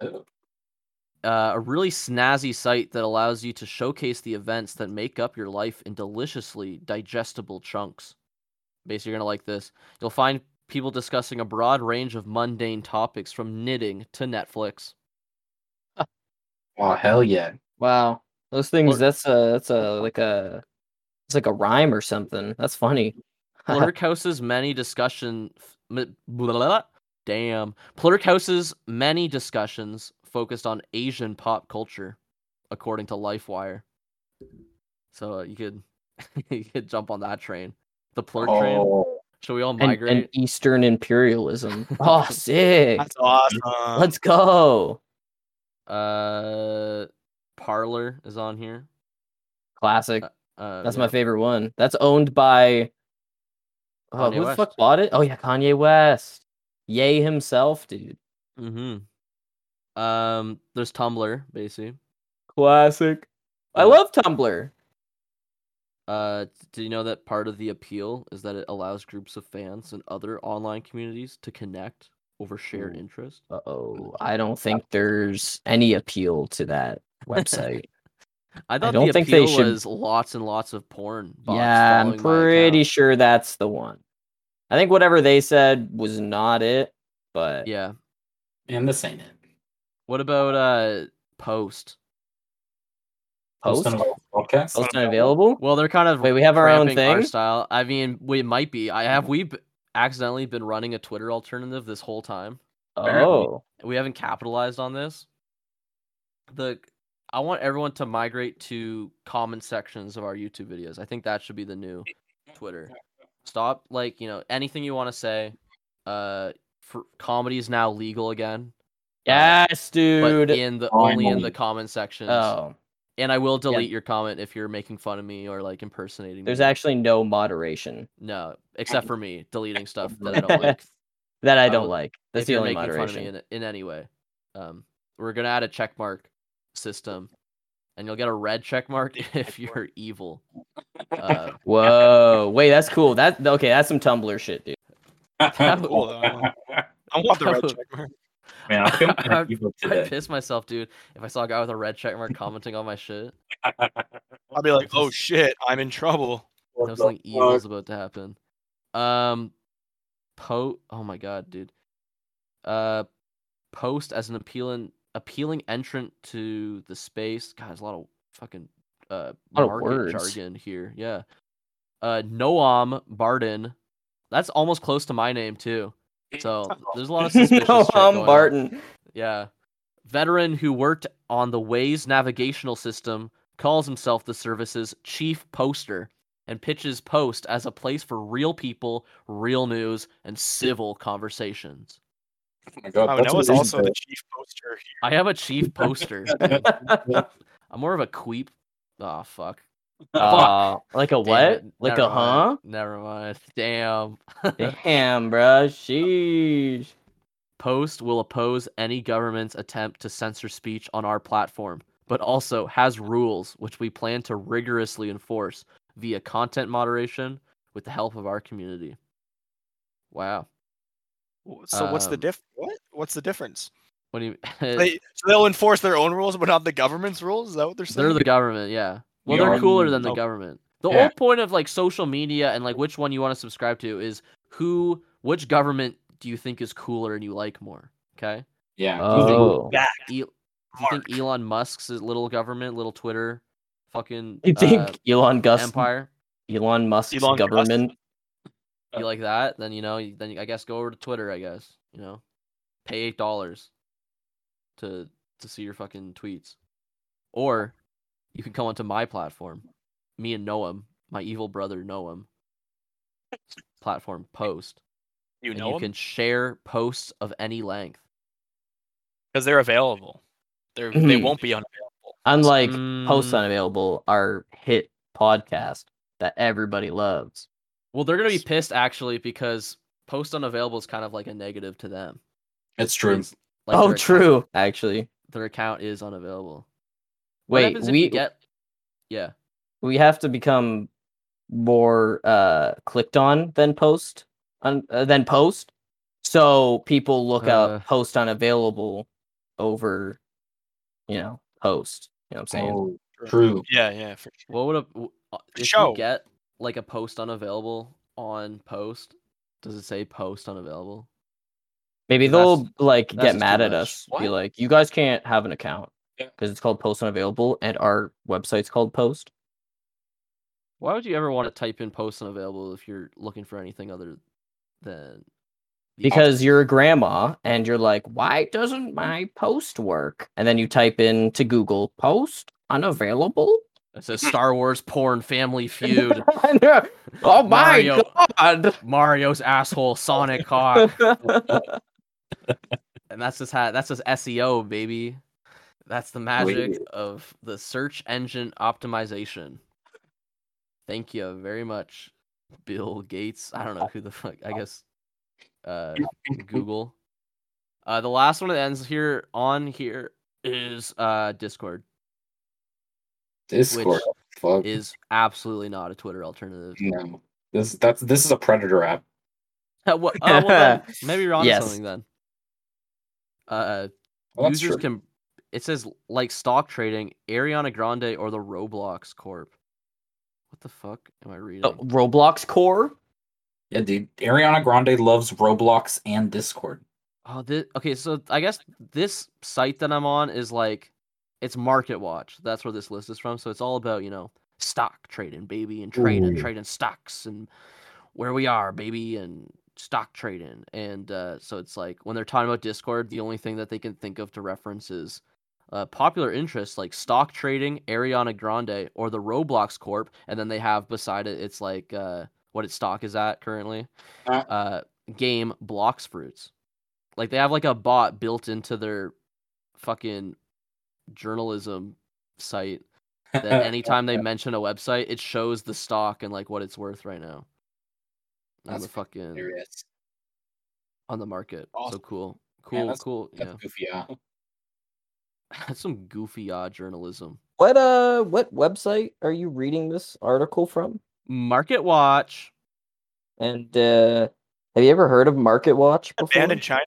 Speaker 5: Oh.
Speaker 3: Uh, a really snazzy site that allows you to showcase the events that make up your life in deliciously digestible chunks. Basically, you're gonna like this. You'll find people discussing a broad range of mundane topics from knitting to Netflix.
Speaker 5: Oh hell yeah!
Speaker 4: Wow, those things.
Speaker 3: Plurk.
Speaker 4: That's a that's a like a it's like a rhyme or something. That's funny.
Speaker 3: <laughs> Plurk houses many discussion. f- m- blah, blah, blah. Damn. Plurk houses many discussions focused on Asian pop culture, according to LifeWire. So uh, you could <laughs> you could jump on that train, the Plurk train.
Speaker 5: Oh,
Speaker 3: Should we all
Speaker 4: and,
Speaker 3: migrate?
Speaker 4: and
Speaker 3: <laughs>
Speaker 4: Eastern imperialism. Oh, sick.
Speaker 2: That's awesome.
Speaker 4: Let's go.
Speaker 3: Uh, Parlor is on here.
Speaker 4: Classic.
Speaker 3: Uh,
Speaker 4: That's
Speaker 3: yeah.
Speaker 4: my favorite one. That's owned by. Oh,
Speaker 3: Kanye
Speaker 4: who the
Speaker 3: West.
Speaker 4: fuck bought it? Oh yeah, Kanye West. Yay himself, dude.
Speaker 3: Mm-hmm. Um, there's Tumblr, basically.
Speaker 4: Classic. I
Speaker 3: Yeah.
Speaker 4: love Tumblr.
Speaker 3: Uh, d- do you know that part of the appeal is that it allows groups of fans and other online communities to connect over shared
Speaker 4: Ooh.
Speaker 3: interest?
Speaker 4: Uh oh, I don't think there's any appeal to that
Speaker 3: <laughs>
Speaker 4: website.
Speaker 3: I thought
Speaker 4: don't
Speaker 3: the
Speaker 4: think they
Speaker 3: appeal
Speaker 4: should-
Speaker 3: was lots and lots of porn. bots
Speaker 4: yeah, I'm
Speaker 3: following my
Speaker 4: pretty
Speaker 3: account.
Speaker 4: sure that's the one. I think whatever they said was not it, but
Speaker 3: Yeah.
Speaker 5: and this ain't it.
Speaker 3: What about uh post?
Speaker 4: post
Speaker 5: Post on a podcast. <laughs>
Speaker 4: post not available.
Speaker 3: Well, they're kind of
Speaker 4: Wait, we have our own
Speaker 3: cramping Our
Speaker 4: thing.
Speaker 3: style. I mean, we might be. I have we b- accidentally been running a Twitter alternative this whole time.
Speaker 5: Apparently.
Speaker 4: Oh,
Speaker 3: we haven't capitalized on this. The I want everyone to migrate to comment sections of our YouTube videos. I think that should be the new Twitter. Stop like, you know, anything you want to say. Uh for, comedy is now legal again,
Speaker 4: yes,
Speaker 3: but
Speaker 4: dude.
Speaker 3: in the only in the
Speaker 5: Finally.
Speaker 3: comment sections.
Speaker 4: Oh,
Speaker 3: And I will delete your comment if you're making fun of me or like impersonating
Speaker 4: there's
Speaker 3: me.
Speaker 4: actually no moderation
Speaker 3: no, except for me deleting stuff that I
Speaker 4: <laughs>
Speaker 3: don't like.
Speaker 4: that I
Speaker 3: I
Speaker 4: don't
Speaker 3: will-
Speaker 4: like. That's
Speaker 3: if
Speaker 4: the
Speaker 3: you're
Speaker 4: only
Speaker 3: making fun
Speaker 4: moderation.
Speaker 3: of me in, in any way. Um, we're gonna add a check mark system, and you'll get a red check mark <laughs> if you're evil. Uh, <laughs>
Speaker 4: Whoa, wait, that's cool. That okay, that's some Tumblr shit, dude.
Speaker 2: Cool, though. I want- <laughs> I want the
Speaker 3: <laughs>
Speaker 2: red check mark.
Speaker 5: Man, I feel
Speaker 3: I-
Speaker 5: like evil
Speaker 3: I'd
Speaker 5: today.
Speaker 3: piss myself, dude, if I saw a guy with a red check mark commenting on my shit.
Speaker 2: I'll be like, oh shit, I'm in trouble.
Speaker 5: What
Speaker 3: No
Speaker 5: the
Speaker 3: something evil
Speaker 5: fuck?
Speaker 3: is about to happen. Um, po. Oh my god, dude. Uh, post as an appealing appealing entrant to the space. God, there's a lot of fucking uh
Speaker 4: Lot of
Speaker 3: market
Speaker 4: words.
Speaker 3: jargon here. Yeah. Uh, Noam Barden. That's almost close to my name too. So there's a lot of
Speaker 4: <laughs>
Speaker 3: suspicious.
Speaker 4: no,
Speaker 3: shit going
Speaker 4: I'm
Speaker 3: on.
Speaker 4: Barton.
Speaker 3: Yeah. Veteran who worked on the Waze navigational system calls himself the service's chief poster and pitches Post as a place for real people, real news, and civil conversations.
Speaker 5: Oh my god,
Speaker 2: Oh,
Speaker 5: that's
Speaker 2: Noah's
Speaker 5: amazing,
Speaker 2: also the
Speaker 5: though.
Speaker 2: chief poster here.
Speaker 3: I am a chief poster. <laughs> dude. I'm more of a queep. Oh, <laughs> fuck.
Speaker 4: Uh, like a
Speaker 3: Damn
Speaker 4: what?
Speaker 3: it.
Speaker 4: Like
Speaker 3: Never
Speaker 4: a huh?
Speaker 3: mind. Never mind. Damn.
Speaker 4: Damn, bruh. Sheesh.
Speaker 3: Post will oppose any government's attempt to censor speech on our platform, but also has rules which we plan to rigorously enforce via content moderation with the help of our community. Wow.
Speaker 2: W- So what's the
Speaker 3: Um,
Speaker 2: diff? What? What's the difference?
Speaker 3: What do you <laughs>
Speaker 2: They, so they'll enforce their own rules, but not the government's rules. Is that what they're saying?
Speaker 3: They're the government, yeah. Well,
Speaker 5: We
Speaker 3: they're
Speaker 5: are
Speaker 3: cooler
Speaker 5: the-
Speaker 3: than the
Speaker 2: oh.
Speaker 3: government. The
Speaker 5: Yeah.
Speaker 3: whole point of like social media and like which one you want to subscribe to is who which government do you think is cooler and you like more, okay?
Speaker 5: Yeah.
Speaker 3: Uh,
Speaker 4: Oh.
Speaker 2: Yeah.
Speaker 3: E- Do you think Elon Musk's little government, little Twitter, fucking
Speaker 4: You
Speaker 3: uh,
Speaker 4: think Elon Gus
Speaker 3: empire?
Speaker 4: Elon Musk's
Speaker 2: Elon Musk.
Speaker 4: government? uh,
Speaker 3: You like that? Then you know. you- Then I guess go over to Twitter. I guess you know, pay eight dollars to to see your fucking tweets, or you can come onto my platform, me and Noam, my evil brother Noam, platform post,
Speaker 2: You
Speaker 3: and
Speaker 2: know
Speaker 3: you can share posts of any length.
Speaker 2: because they're available. They're they
Speaker 4: Mhm.
Speaker 2: won't be unavailable.
Speaker 4: Unlike
Speaker 3: Mm,
Speaker 4: posts unavailable, our hit podcast that everybody loves.
Speaker 3: Well, they're gonna be pissed actually because post unavailable is kind of like a negative to them.
Speaker 5: It's true.
Speaker 3: It's like
Speaker 4: oh,
Speaker 3: their account-
Speaker 4: true. Actually,
Speaker 3: their account is unavailable. What
Speaker 4: wait,
Speaker 3: happens if you
Speaker 4: we
Speaker 3: get yeah.
Speaker 4: we have to become more uh clicked on than post un, uh, than post. So people look
Speaker 3: Uh.
Speaker 4: up post unavailable over, you know, post. You know what I'm saying?
Speaker 5: Oh, true.
Speaker 2: Yeah, yeah, for sure.
Speaker 3: What would a w- uh, if
Speaker 2: Show.
Speaker 3: you get like a post unavailable on post? Does it say post unavailable?
Speaker 4: Maybe
Speaker 3: That's-
Speaker 4: they'll like
Speaker 3: that's
Speaker 4: get
Speaker 3: too
Speaker 4: mad at
Speaker 3: much.
Speaker 4: us. Be
Speaker 3: What?
Speaker 4: like, you guys can't have an account
Speaker 5: Yeah.
Speaker 4: because it's called post unavailable, and our website's called post.
Speaker 3: Why would you ever want to type in post unavailable if you're looking for anything other than the
Speaker 4: because you're a grandma and you're like, why doesn't my post work? And then you type in to Google post unavailable.
Speaker 3: it says Star Wars porn family
Speaker 4: <laughs>
Speaker 3: feud.
Speaker 4: And they're like, oh my
Speaker 3: Mario.
Speaker 4: god!
Speaker 3: Mario's asshole, Sonic
Speaker 4: <laughs>
Speaker 3: cock,
Speaker 4: Uh,
Speaker 3: and that's just how that's just SEO, baby. That's the magic
Speaker 5: Wait.
Speaker 3: of the search engine optimization. Thank you very much, Bill Gates. I don't know who the fuck. I guess uh, Google. Uh, the last one that ends here on here is uh, Discord.
Speaker 5: Discord. Fuck.
Speaker 3: Is absolutely not a Twitter alternative.
Speaker 5: no. This that's this is a predator app.
Speaker 3: Uh, wha- uh,
Speaker 4: <laughs>
Speaker 3: well, then, maybe you're onto
Speaker 4: Yes.
Speaker 3: something then. Uh,
Speaker 5: Well, Oh, that's
Speaker 3: users
Speaker 5: true.
Speaker 3: can it says like stock trading ariana grande or the roblox corp what the fuck am i reading
Speaker 4: Oh, Roblox core.
Speaker 5: yeah, dude. Ariana Grande loves Roblox and Discord.
Speaker 3: oh this, okay so i guess this site that i'm on is like it's market watch that's where this list is from so it's all about you know stock trading baby and trading
Speaker 5: Ooh.
Speaker 3: trading stocks and where we are baby and stock trading and uh, so it's like when they're talking about discord the only thing that they can think of to reference is uh, popular interests like stock trading ariana grande or the roblox corp and then they have beside it it's like uh, what its stock is at currently
Speaker 5: Uh.
Speaker 3: uh, game blocks fruits like they have like a bot built into their fucking journalism site
Speaker 5: <laughs> Uh,
Speaker 3: that anytime they mention a website, it shows the stock and like what it's worth right now. On
Speaker 5: That's
Speaker 3: the fucking
Speaker 5: Hilarious.
Speaker 3: on the market. So
Speaker 5: Awesome.
Speaker 3: cool.
Speaker 5: Yeah,
Speaker 3: Cool,
Speaker 5: that's-
Speaker 3: cool.
Speaker 5: That's goofy. Yeah.
Speaker 3: yeah. <laughs> That's some goofy odd journalism.
Speaker 4: What uh? What website are you reading this article from?
Speaker 3: Market watch.
Speaker 4: And uh, have you ever heard of Market Watch before?
Speaker 2: Banned in China.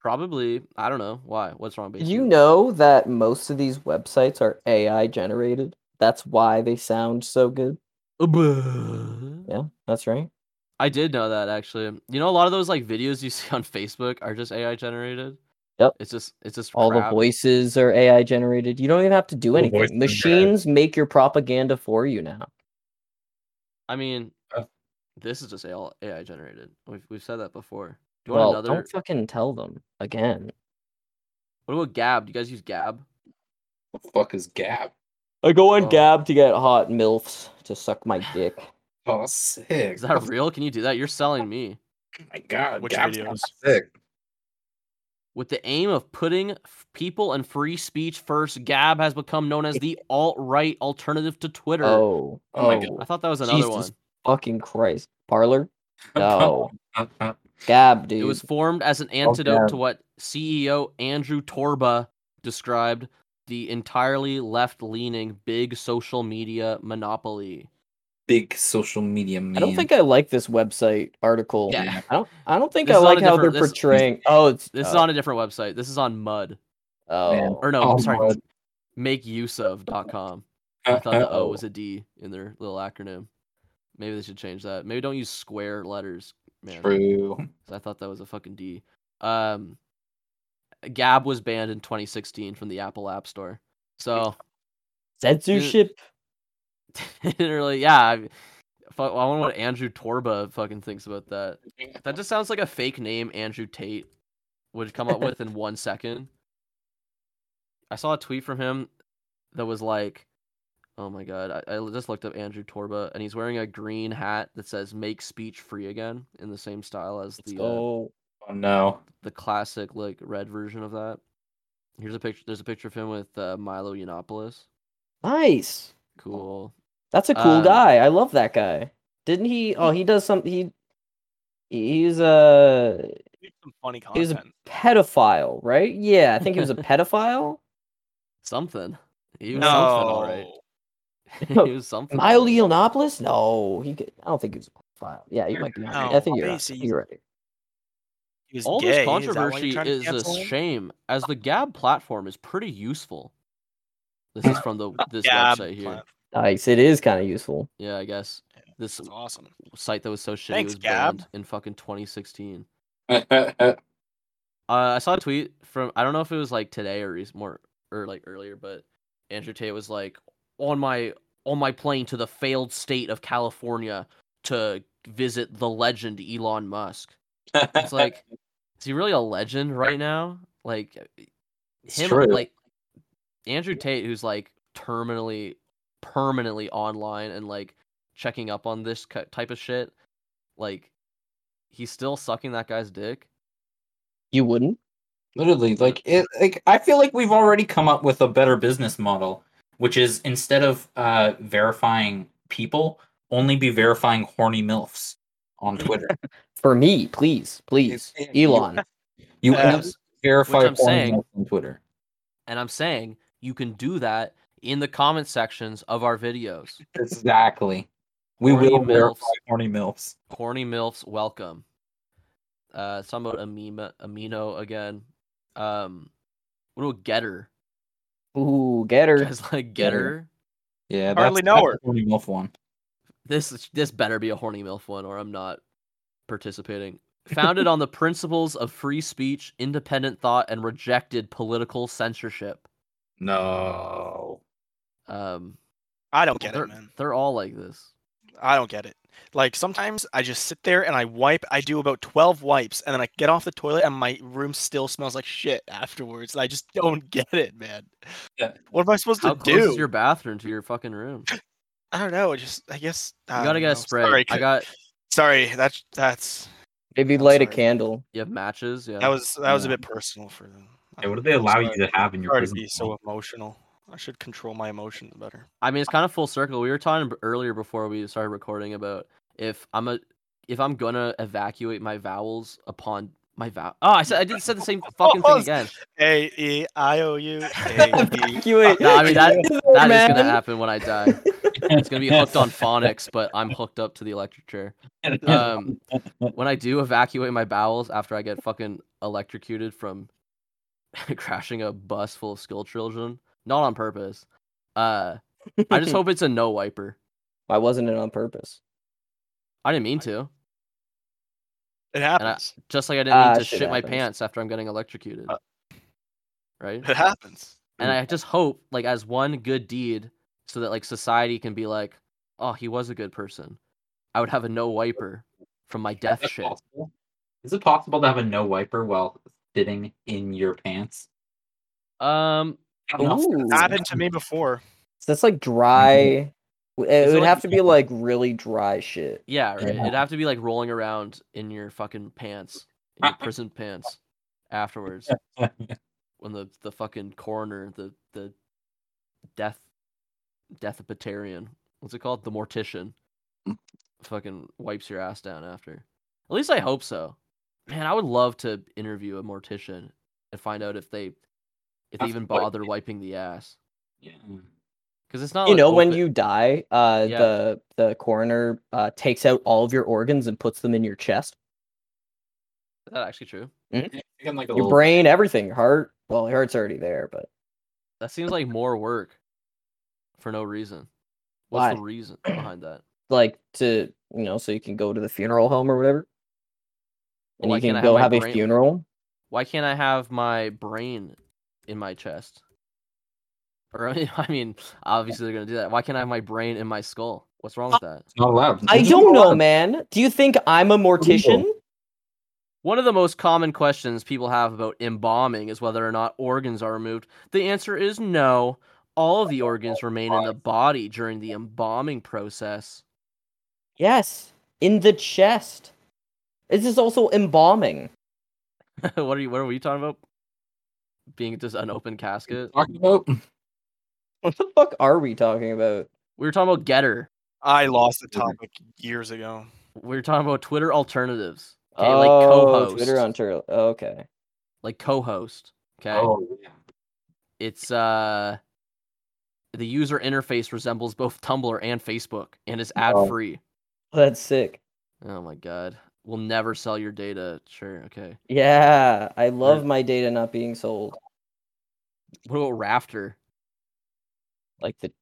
Speaker 3: Probably. I don't know. Why? What's wrong,
Speaker 4: Did
Speaker 3: baby?
Speaker 4: you know that most of these websites are AI generated? That's why they sound so good.
Speaker 3: know
Speaker 4: Yeah, that's right.
Speaker 3: <laughs> I did know that actually. You know a lot of those like videos you <laughs> see on Facebook are just AI generated.
Speaker 4: Yep.
Speaker 3: It's just it's just
Speaker 4: All the
Speaker 3: crap.
Speaker 4: voices are AI generated. You don't even have to do
Speaker 5: The voices are-
Speaker 4: anything. Machines make your propaganda for you now.
Speaker 3: I mean
Speaker 5: Uh.
Speaker 3: this is just all AI generated. We've we've said that before. Do you
Speaker 4: Well,
Speaker 3: want another
Speaker 4: don't fucking tell them again.
Speaker 3: What about Gab? Do you guys use Gab?
Speaker 5: What the fuck is Gab?
Speaker 4: I go
Speaker 3: on Oh.
Speaker 4: Gab to get hot milfs to suck my dick.
Speaker 5: Oh, that's sick.
Speaker 3: Is that real? Can you do that? You're selling me.
Speaker 5: Oh my god.
Speaker 2: Which
Speaker 5: Gab's
Speaker 2: videos?
Speaker 5: sick.
Speaker 3: With the aim of putting f- people and free speech first, Gab has become known as the alt right alternative to Twitter.
Speaker 4: Oh,
Speaker 5: Oh my God.
Speaker 3: I thought that was another
Speaker 5: Jesus.
Speaker 3: one.
Speaker 4: fucking Christ,
Speaker 3: <laughs>
Speaker 4: parlor. No, Gab, dude. Oh,
Speaker 3: It was formed as an antidote to what CEO Andrew Torba described the entirely left leaning big social media monopoly.
Speaker 5: Big social media man.
Speaker 4: I don't think I like this website article.
Speaker 3: Yeah.
Speaker 4: <laughs> I don't. I don't think
Speaker 3: This
Speaker 4: I
Speaker 3: is on a
Speaker 4: like how they're
Speaker 3: different- this-
Speaker 4: portraying. Oh, it's
Speaker 3: This
Speaker 4: oh,
Speaker 3: is on a different website. This is on Mud.
Speaker 4: Oh,
Speaker 5: Man.
Speaker 3: Or no,
Speaker 5: Oh,
Speaker 3: I'm sorry,
Speaker 5: Mud.
Speaker 3: makeuseof.com. I
Speaker 5: Uh,
Speaker 3: thought the O
Speaker 4: Uh-oh.
Speaker 3: was a D in their little acronym. Maybe they should change that. Maybe don't use square letters, man.
Speaker 5: True.
Speaker 3: 'cause I thought that was a fucking D. Um, Gab was banned in 2016 from the Apple App Store. So <laughs>
Speaker 4: censorship.
Speaker 3: didn't really, yeah. I, fuck, I wonder what Andrew Torba fucking thinks about that. That just sounds like a fake name Andrew Tate would come up with in one second. I saw a tweet from him that was like, Oh my god! I, I just looked up Andrew Torba, and he's wearing a green hat that says "Make Speech Free Again" in the same style as the uh,
Speaker 4: Oh,
Speaker 5: Oh no.
Speaker 3: the classic like red version of that. Here's a picture. There's a picture of him with uh, Milo Yiannopoulos. uh,
Speaker 4: nice.
Speaker 3: Cool.
Speaker 4: That's a cool
Speaker 3: Um,
Speaker 4: guy. I love that guy. Didn't he? Oh, he does some. He he's a
Speaker 2: Need some funny
Speaker 4: He was a-
Speaker 2: content.
Speaker 4: pedophile, right? Yeah, I
Speaker 3: <laughs>
Speaker 4: think he was a pedophile.
Speaker 3: Something. He was
Speaker 2: no.
Speaker 3: something, all right. <laughs> he was something.
Speaker 4: Milo
Speaker 3: alright.
Speaker 4: Yiannopoulos? No, he. Could, I don't think he was a pedophile. Yeah, you might be. right. I
Speaker 2: No,
Speaker 4: think you're. Right.
Speaker 2: obviously
Speaker 4: You're right.
Speaker 2: He was
Speaker 3: All
Speaker 2: gay.
Speaker 3: this
Speaker 2: Is that why
Speaker 3: controversy
Speaker 2: you're trying to
Speaker 3: is
Speaker 2: cancel
Speaker 3: a
Speaker 2: him?
Speaker 3: shame, as the Gab platform is pretty useful. This is from
Speaker 2: <laughs>
Speaker 3: the this
Speaker 2: Yeah,
Speaker 3: website here.
Speaker 2: plant-
Speaker 4: Nice. It is kind of useful.
Speaker 3: Yeah, I guess this
Speaker 2: That's awesome.
Speaker 3: site that was so shitty
Speaker 2: Thanks,
Speaker 3: was
Speaker 2: Gab.
Speaker 3: banned in fucking 2016.
Speaker 5: <laughs> That's
Speaker 3: Uh, I saw a tweet from I don't know if it was like today or rec- more or like earlier, but Andrew Tate was like on my on my plane to the failed state of California to visit the legend Elon Musk.
Speaker 2: <laughs>
Speaker 3: It's like is he really a legend right now? Like
Speaker 5: It's
Speaker 3: him
Speaker 5: true.
Speaker 3: like Andrew Tate who's like terminally permanently online and like checking up on this ki- type of shit like he's still sucking that guy's dick
Speaker 4: You wouldn't.
Speaker 5: Literally, like it, like I feel like we've already come up with a better business model, which is instead of uh, verifying people, only be verifying horny milfs on Twitter.
Speaker 4: For me, please, please,
Speaker 5: It's- you-
Speaker 4: Elon.
Speaker 2: <laughs>
Speaker 5: You
Speaker 2: Yeah.
Speaker 5: only verify
Speaker 3: Which I'm
Speaker 5: horny
Speaker 3: saying-
Speaker 5: milfs on Twitter.
Speaker 3: and i'm saying you can do that in the comment sections of our videos
Speaker 5: Exactly. We
Speaker 3: Horny
Speaker 5: will
Speaker 3: milfs.
Speaker 5: verify horny milfs.
Speaker 3: corny milfs welcome uh it's talking about amima amino again um what about getter
Speaker 4: Ooh, get her.
Speaker 3: guys like
Speaker 5: Getter.
Speaker 3: getter
Speaker 5: Yeah, that's,
Speaker 2: Hardly know
Speaker 5: that's
Speaker 2: her.
Speaker 5: a horny milf one.
Speaker 3: this is- this better be a horny milf one or I'm not participating. Founded on the principles of free speech, independent thought, and rejected political censorship.
Speaker 5: No.
Speaker 3: Um,
Speaker 2: I don't get
Speaker 3: they're,
Speaker 2: it, man.
Speaker 3: they're all like this.
Speaker 2: I don't get it. Like sometimes I just sit there and I wipe. I do about twelve wipes, and then I get off the toilet, and my room still smells like shit afterwards. I just don't <laughs> get it, man.
Speaker 5: Yeah.
Speaker 2: What am I supposed
Speaker 3: How
Speaker 2: to
Speaker 3: close
Speaker 2: do?
Speaker 3: is your bathroom to your fucking room? You
Speaker 2: I don't know. I just I guess I
Speaker 3: gotta
Speaker 2: don't
Speaker 3: get
Speaker 2: know.
Speaker 3: a spray.
Speaker 2: Sorry,
Speaker 3: I
Speaker 2: c-
Speaker 3: got
Speaker 2: sorry. That's that's
Speaker 4: Maybe
Speaker 2: I'm
Speaker 4: light a
Speaker 2: sorry.
Speaker 4: candle.
Speaker 3: you have matches. Yeah,
Speaker 2: that was that was a
Speaker 5: Yeah.
Speaker 2: bit personal for them.
Speaker 5: Yeah, what do
Speaker 2: Um,
Speaker 5: they
Speaker 2: I'm
Speaker 5: allow you
Speaker 2: sorry.
Speaker 5: to <laughs> have in your
Speaker 2: Sorry to
Speaker 5: prison?
Speaker 2: be so emotional. I should control my emotions better.
Speaker 3: I mean, it's kind of full circle. We were talking b- earlier before we started recording about if I'm a if I'm gonna evacuate my vowels upon my vow. Oh, I said I did said the same fucking thing again.
Speaker 2: A E I O U A E.
Speaker 4: Evacuate.
Speaker 3: No, I mean, that-
Speaker 4: Get in
Speaker 3: That
Speaker 4: there,
Speaker 3: is gonna
Speaker 4: man.
Speaker 3: happen when I die. It's gonna be hooked
Speaker 4: <laughs>
Speaker 3: on phonics, but I'm hooked up to the electric chair.
Speaker 5: <laughs>
Speaker 3: Um, when I do evacuate my bowels after I get fucking electrocuted from <laughs> crashing a bus full of school children, not on purpose. Uh, I just hope it's a no wiper.
Speaker 4: Why wasn't it on purpose?
Speaker 3: I didn't mean to.
Speaker 2: It happens.
Speaker 3: Just like I didn't mean
Speaker 4: Ah,
Speaker 3: to
Speaker 4: shit
Speaker 3: shit my
Speaker 4: happens.
Speaker 3: pants after I'm getting electrocuted.
Speaker 2: Uh,
Speaker 4: <laughs>
Speaker 3: Right?
Speaker 2: It happens.
Speaker 3: And I just hope, like, as one good deed, so that like society can be like, oh, he was a good person. I would have a no wiper from my
Speaker 5: Is
Speaker 3: death
Speaker 5: that
Speaker 3: shit.
Speaker 5: possible? Is it possible to have a no wiper while sitting in your pants?
Speaker 3: Um,
Speaker 5: I don't know if
Speaker 4: Ooh.
Speaker 5: that's-
Speaker 2: happened to me before.
Speaker 4: So that's like dry. w- It
Speaker 3: Is it
Speaker 4: would
Speaker 3: like-
Speaker 4: have to be like really dry shit.
Speaker 3: yeah, right.
Speaker 5: Yeah.
Speaker 3: It'd have to be like rolling around in your fucking pants, in your prison pants, afterwards when the the fucking coroner, the the death, deathpetarian, what's it called, the mortician, fucking wipes your ass down after. At least I hope so. Man, I would love to interview a mortician and find out if they if they
Speaker 5: That's
Speaker 3: even
Speaker 5: what-
Speaker 3: bother wiping the ass
Speaker 5: <laughs> Yeah.
Speaker 3: because Oh, it's not.
Speaker 4: you
Speaker 3: like,
Speaker 4: know when
Speaker 3: open-
Speaker 4: you die uh
Speaker 3: Yeah.
Speaker 4: the the coroner uh takes out all of your organs and puts them in your chest
Speaker 3: is that actually true?
Speaker 5: You can, like, a
Speaker 4: your
Speaker 5: little-
Speaker 4: brain everything your heart well your heart's already there but
Speaker 3: That seems like more work for no reason. What's the reason
Speaker 4: <clears throat>
Speaker 3: behind that?
Speaker 4: like to you know so you can go to the funeral home or whatever and
Speaker 3: Why
Speaker 4: you
Speaker 3: can't I have
Speaker 4: can go
Speaker 3: my
Speaker 4: have a
Speaker 3: brain-
Speaker 4: funeral
Speaker 3: Why can't I have my brain in my chest? Or <laughs> I mean, obviously they're gonna do that. Why can't I have my brain in my skull? What's wrong with that?
Speaker 5: It's not allowed.
Speaker 4: i
Speaker 5: It's
Speaker 4: don't
Speaker 5: not
Speaker 4: know
Speaker 5: allowed.
Speaker 4: man do you think i'm a mortician
Speaker 3: One of the most common questions people have about embalming is whether or not organs are removed. The answer is no. all the organs remain in the body during the embalming process. <laughs>
Speaker 4: Yes, in the chest. This is also embalming.
Speaker 3: what are you? What are we talking about? Being just an open casket.
Speaker 5: Talking about
Speaker 4: What the fuck are we talking about?
Speaker 3: We were talking about Getter.
Speaker 2: I lost the topic years ago.
Speaker 3: We were talking about Twitter alternatives. Okay,
Speaker 4: oh,
Speaker 3: like co-host.
Speaker 4: Twitter on Turtle. Okay.
Speaker 3: Like co-host. Okay.
Speaker 5: oh yeah.
Speaker 3: It's uh the user interface resembles both Tumblr and Facebook and
Speaker 4: Oh.
Speaker 3: is
Speaker 5: Wow.
Speaker 3: ad free.
Speaker 4: That's sick.
Speaker 3: Oh my god. We'll never sell your data. Sure, okay.
Speaker 4: Yeah, I love
Speaker 3: Right.
Speaker 4: my data not being sold.
Speaker 3: What about Rafter?
Speaker 4: Like the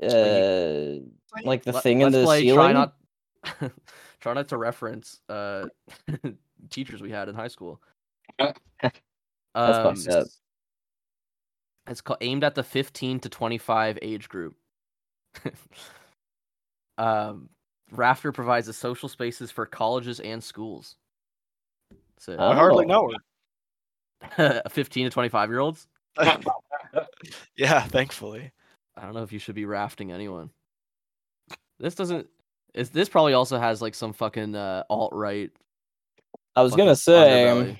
Speaker 2: Wait,
Speaker 4: uh like the
Speaker 3: Let-
Speaker 4: thing in
Speaker 3: let's
Speaker 4: the
Speaker 3: play Try
Speaker 4: ceiling.
Speaker 3: not, <laughs> try not to reference uh, <laughs> teachers we had in high school. Um,
Speaker 5: That's
Speaker 4: fucked up.
Speaker 3: It's called aimed at the 15 to 25 age group. <laughs> um, Rafter provides the social spaces for colleges and schools. So
Speaker 2: I hardly
Speaker 4: Oh.
Speaker 2: know
Speaker 3: <laughs> uh, 15 to 25 year olds.
Speaker 2: her. yeah, thankfully.
Speaker 3: I don't know if you should be rafting anyone. This doesn't. Is this probably also has like some fucking uh, alt right?
Speaker 4: I was gonna say um,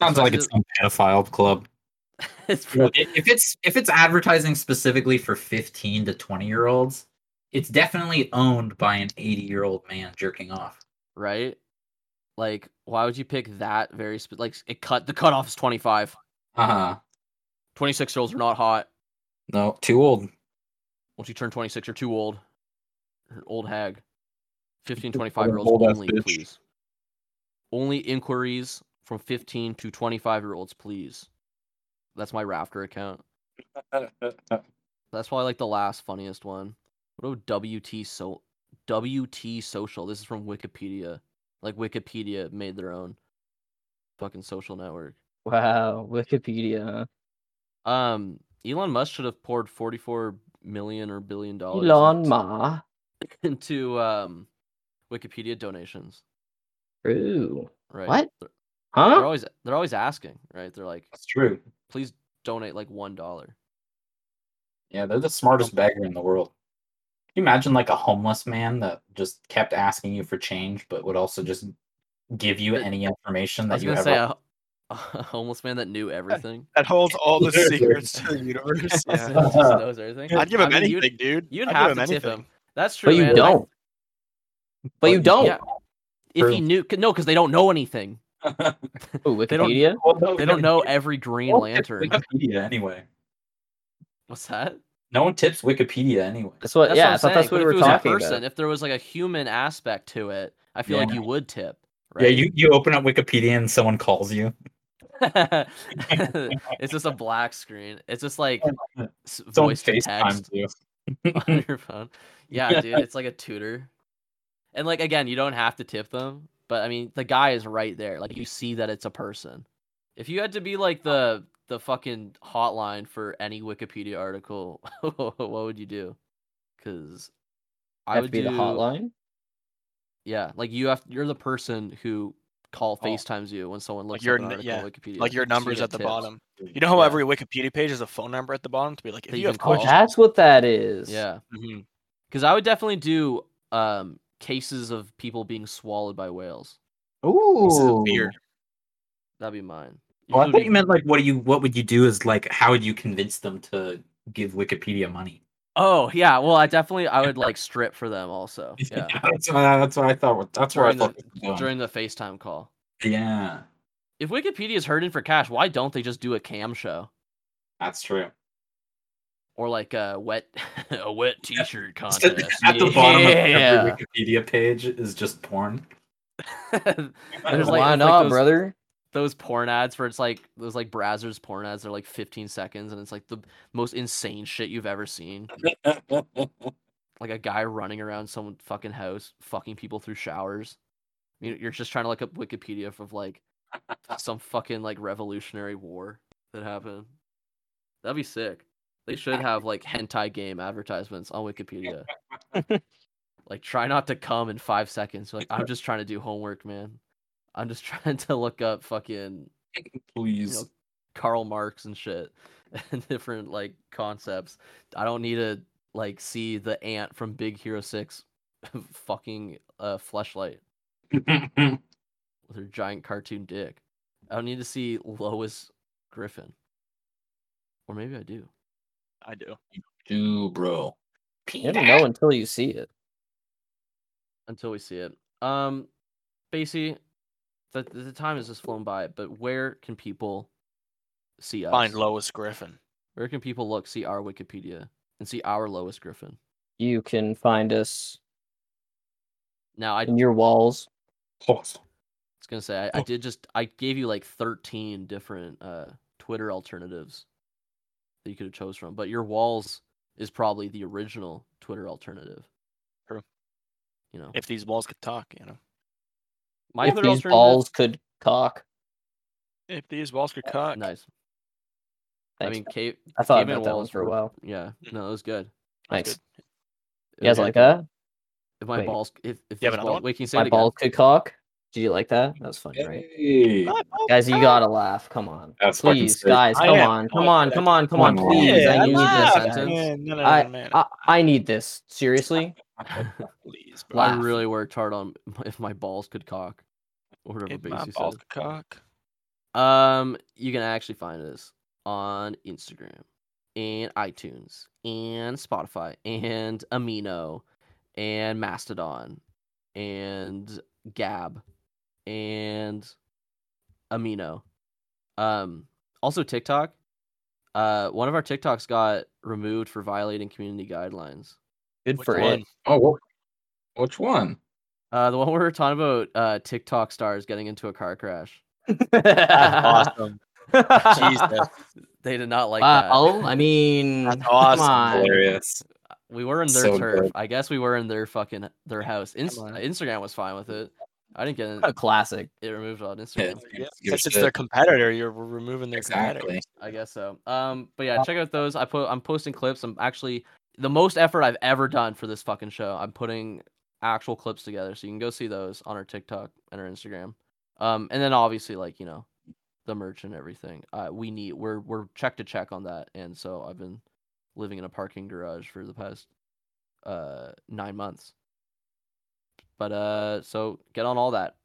Speaker 5: Sounds like it's some pedophile club.
Speaker 4: <laughs>
Speaker 3: it's <laughs>
Speaker 5: You know,
Speaker 3: pretty,
Speaker 5: i- if it's if it's advertising specifically for 15 to 20 year olds it's definitely owned by an 80 year old man jerking off
Speaker 3: right. Like, why would you pick that very spe- like it cut the cutoff is 25.
Speaker 5: uh-huh
Speaker 3: 26 year olds are not hot.
Speaker 5: no too old
Speaker 3: Once you turn 26, you're too old. You're an old hag. 15,
Speaker 5: Old
Speaker 3: 25 year olds
Speaker 5: old-ass
Speaker 3: only,
Speaker 5: bitch.
Speaker 3: please. Only inquiries from 15 to 25 year olds, please. That's my Rafter account. That's probably like the last funniest one. What about WT so WT social? This is from Wikipedia. Like Wikipedia made their own fucking social network.
Speaker 4: Wow, Wikipedia. huh?
Speaker 3: Um, Elon Musk should have poured 44 million or billion dollars
Speaker 4: Elon
Speaker 3: into-
Speaker 4: Ma.
Speaker 3: into um Wikipedia donations.
Speaker 4: True.
Speaker 3: Right.
Speaker 4: What?
Speaker 3: They're, they're
Speaker 4: Huh?
Speaker 3: always they're always asking, right? They're like,
Speaker 5: that's true
Speaker 3: please donate like one dollar.
Speaker 5: yeah they're the smartest beggar in the world Can you imagine like a homeless man that just kept asking you for change but would also just give you any information
Speaker 3: I
Speaker 5: that
Speaker 3: was
Speaker 5: you
Speaker 3: gonna
Speaker 5: ever
Speaker 3: say a, a <laughs> homeless man that knew everything.
Speaker 2: That holds all the
Speaker 5: Seriously.
Speaker 2: secrets to the
Speaker 3: <laughs>
Speaker 2: universe.
Speaker 3: Just
Speaker 2: Yeah.
Speaker 3: knows everything.
Speaker 2: I'd give him
Speaker 3: I mean, you'd-
Speaker 2: anything, dude.
Speaker 3: you'd
Speaker 2: I'd give
Speaker 3: have
Speaker 2: him
Speaker 3: to tip
Speaker 2: anything.
Speaker 3: him. That's true.
Speaker 4: But you
Speaker 3: man. I-
Speaker 4: don't. But you don't.
Speaker 3: yeah. If he
Speaker 5: True.
Speaker 3: knew, 'cause- no, because they don't know anything.
Speaker 4: Ooh,
Speaker 3: don't-
Speaker 4: Wikipedia.
Speaker 3: They don't
Speaker 4: <laughs>
Speaker 3: know every Green
Speaker 5: Well, it's
Speaker 3: Lantern.
Speaker 5: <laughs> wikipedia anyway
Speaker 3: <laughs> What's that?
Speaker 5: no one tips wikipedia anyway
Speaker 4: That's what.
Speaker 3: That's what
Speaker 4: yeah, I
Speaker 3: I'm
Speaker 4: thought that's
Speaker 3: saying,
Speaker 4: what
Speaker 3: but
Speaker 4: we
Speaker 3: if
Speaker 4: were
Speaker 3: it was a
Speaker 4: talking
Speaker 3: person,
Speaker 4: about.
Speaker 3: If there was like a human aspect to it, I feel like
Speaker 5: Yeah.
Speaker 3: you would tip. Right?
Speaker 5: yeah you, you open up wikipedia and someone calls you
Speaker 3: <laughs> it's just a black screen. It's just like s-
Speaker 5: someone
Speaker 3: voice to text
Speaker 5: facetimes
Speaker 3: <laughs>
Speaker 5: you <laughs>
Speaker 3: on your phone.
Speaker 2: <laughs>
Speaker 3: Yeah, dude, it's like a tutor. And like again, you don't have to tip them, but I mean, the guy is right there. Like you see that it's a person. If you had to be like the the fucking hotline for any Wikipedia article, <laughs> what would you do? Because I
Speaker 4: Have
Speaker 3: would
Speaker 4: to be
Speaker 3: do
Speaker 4: the hotline.
Speaker 3: yeah, like you have you're the person who call FaceTimes you when someone looks
Speaker 2: Oh. your
Speaker 3: up an
Speaker 2: n-
Speaker 3: article
Speaker 2: yeah,
Speaker 3: on Wikipedia.
Speaker 2: Like your
Speaker 3: so you
Speaker 2: numbers
Speaker 3: get
Speaker 2: at the
Speaker 3: tips.
Speaker 2: bottom. You know how
Speaker 3: Yeah.
Speaker 2: every Wikipedia page has a phone number at the bottom to be like, if
Speaker 3: That
Speaker 2: you
Speaker 3: you
Speaker 2: have
Speaker 3: can call.
Speaker 2: questions.
Speaker 3: Question.
Speaker 4: That's what that is.
Speaker 3: Yeah.
Speaker 2: Mhm.
Speaker 3: Because I would definitely do um, cases of people being swallowed by whales.
Speaker 2: This is
Speaker 5: Ooh.
Speaker 2: weird.
Speaker 3: That'd be mine.
Speaker 5: Well, Oh, I
Speaker 3: Usually
Speaker 5: thought
Speaker 3: we-
Speaker 5: you meant like what do you what would you do is like how would you convince them to give Wikipedia money?
Speaker 3: Oh yeah. Well, I definitely I would like strip for them
Speaker 5: <laughs>
Speaker 3: also. Yeah.
Speaker 5: that's, what, I- that's what I thought. what- That's where I
Speaker 3: During
Speaker 5: thought.
Speaker 3: the-
Speaker 5: this was going.
Speaker 3: During the FaceTime call.
Speaker 5: yeah,
Speaker 3: If Wikipedia is hurting for cash, why don't they just do a cam show
Speaker 5: that's true.
Speaker 3: or like a wet <laughs> a wet T-shirt
Speaker 5: <laughs> Just
Speaker 3: contest?
Speaker 5: At the bottom
Speaker 3: Yeah.
Speaker 5: of every Wikipedia page is just porn.
Speaker 3: <laughs> There's like-
Speaker 4: Why
Speaker 3: it's like
Speaker 4: not,
Speaker 3: those-
Speaker 4: brother?
Speaker 3: those porn ads where it's like those like Brazzers porn ads are like 15 seconds and it's like the most insane shit you've ever seen. like a guy running around some fucking house, fucking people through showers. You you're just trying to look up Wikipedia of like some fucking like Revolutionary War that happened. That'd be sick. They should have like hentai game advertisements on Wikipedia. like, try not to come in five seconds. You're like, I'm just trying to do homework, man. <laughs> I'm just trying to look up fucking you know,
Speaker 5: <laughs> Please.
Speaker 3: Karl Marx and shit. <laughs> and different like concepts. I don't need to like see the ant from Big Hero Six <laughs> fucking uh fleshlight with her giant cartoon dick. I don't need to see Lois Griffin. Or maybe I do.
Speaker 2: I do.
Speaker 5: <laughs> Do bro.
Speaker 4: You don't know until you see it.
Speaker 3: until we see it. Um, Basie, the the time has just flown by, but where can people see us?
Speaker 2: Find Lois Griffin.
Speaker 3: Where can people look, see our Wikipedia, and see our Lois Griffin?
Speaker 4: You can find us
Speaker 3: Now I
Speaker 4: in your walls.
Speaker 3: was gonna say I, I
Speaker 2: Oh.
Speaker 3: did just I gave you like thirteen different uh Twitter alternatives that you could have chose from, but your walls is probably the original Twitter alternative.
Speaker 2: True.
Speaker 3: You know,
Speaker 2: If these walls could talk, you know.
Speaker 3: my
Speaker 4: if
Speaker 3: Twitter
Speaker 4: these
Speaker 3: alternative-
Speaker 4: balls could talk.
Speaker 2: If these walls could talk.
Speaker 3: Nice. I
Speaker 4: Thanks.
Speaker 3: mean, Kate.
Speaker 4: I thought
Speaker 3: Caveman
Speaker 4: about that one
Speaker 3: walls
Speaker 4: for a
Speaker 3: were-
Speaker 4: while.
Speaker 3: Yeah,
Speaker 2: Mm.
Speaker 3: no, it was good.
Speaker 4: Thanks.
Speaker 2: good.
Speaker 4: You guys
Speaker 3: Okay.
Speaker 4: like that?
Speaker 3: If my
Speaker 4: Wait.
Speaker 3: balls, if if
Speaker 2: You have
Speaker 3: these
Speaker 2: another
Speaker 3: balls,
Speaker 2: one?
Speaker 3: wait, can you say it
Speaker 4: My
Speaker 3: again?
Speaker 4: balls could cock. Did you like that? That was funny, right?
Speaker 5: Hey.
Speaker 4: Guys,
Speaker 2: <laughs>
Speaker 4: you gotta laugh. Come on.
Speaker 5: That's fucking
Speaker 4: Please,
Speaker 5: sick.
Speaker 4: guys,
Speaker 2: I
Speaker 4: come
Speaker 2: am
Speaker 4: on,
Speaker 2: not
Speaker 4: come on,
Speaker 2: good.
Speaker 4: come on, come
Speaker 5: Come
Speaker 4: on,
Speaker 5: on.
Speaker 4: please.
Speaker 2: Yeah,
Speaker 4: I need
Speaker 2: laugh,
Speaker 4: this.
Speaker 3: man.
Speaker 4: guys.
Speaker 2: No, no, no,
Speaker 4: I,
Speaker 2: man.
Speaker 4: I I need this. Seriously?
Speaker 2: Please, bro.
Speaker 3: I
Speaker 4: laugh.
Speaker 3: really worked hard on <laughs> my- if my balls could cock, or whatever
Speaker 2: If my
Speaker 3: Basie
Speaker 2: balls
Speaker 3: said.
Speaker 2: could cock.
Speaker 3: Um, you can actually find us on Instagram and iTunes and Spotify and Amino and Mastodon and Gab and Amino. Um, also TikTok. Uh, one of our TikToks got removed for violating community guidelines.
Speaker 4: Good
Speaker 2: Which
Speaker 4: for
Speaker 2: one? <laughs>
Speaker 4: it.
Speaker 5: <laughs> Oh, wh- which one?
Speaker 3: Uh, the one <laughs> where we are talking about uh, TikTok stars getting into a car crash.
Speaker 2: That's awesome.
Speaker 4: <laughs>
Speaker 2: Jesus.
Speaker 3: They did not like that. <laughs>
Speaker 4: Wow, I mean,
Speaker 2: That's
Speaker 4: come
Speaker 2: awesome.
Speaker 4: on.
Speaker 5: Hilarious. <laughs>
Speaker 3: we were in their
Speaker 5: So
Speaker 3: turf.
Speaker 5: good.
Speaker 3: I guess we were in their fucking their house. Inst-
Speaker 2: Come on.
Speaker 3: Instagram was fine with it. I didn't get
Speaker 4: A
Speaker 3: it,
Speaker 4: classic.
Speaker 3: it removed on
Speaker 5: Yeah,
Speaker 3: Instagram.
Speaker 2: Yeah,
Speaker 5: give a
Speaker 2: since it's
Speaker 5: shit.
Speaker 2: their competitor, you're removing their competitor.
Speaker 5: Exactly.
Speaker 3: I guess so. Um, but yeah, check out those. I put I'm posting clips. I'm actually the most effort I've ever done for this fucking show. I'm putting actual clips together, so you can go see those on our TikTok and our Instagram. Um, and then obviously like you know, the merch and everything. Uh, we need we're we're check to check on that, and so I've been living in a parking garage for the past uh nine months. But uh, so get on all that,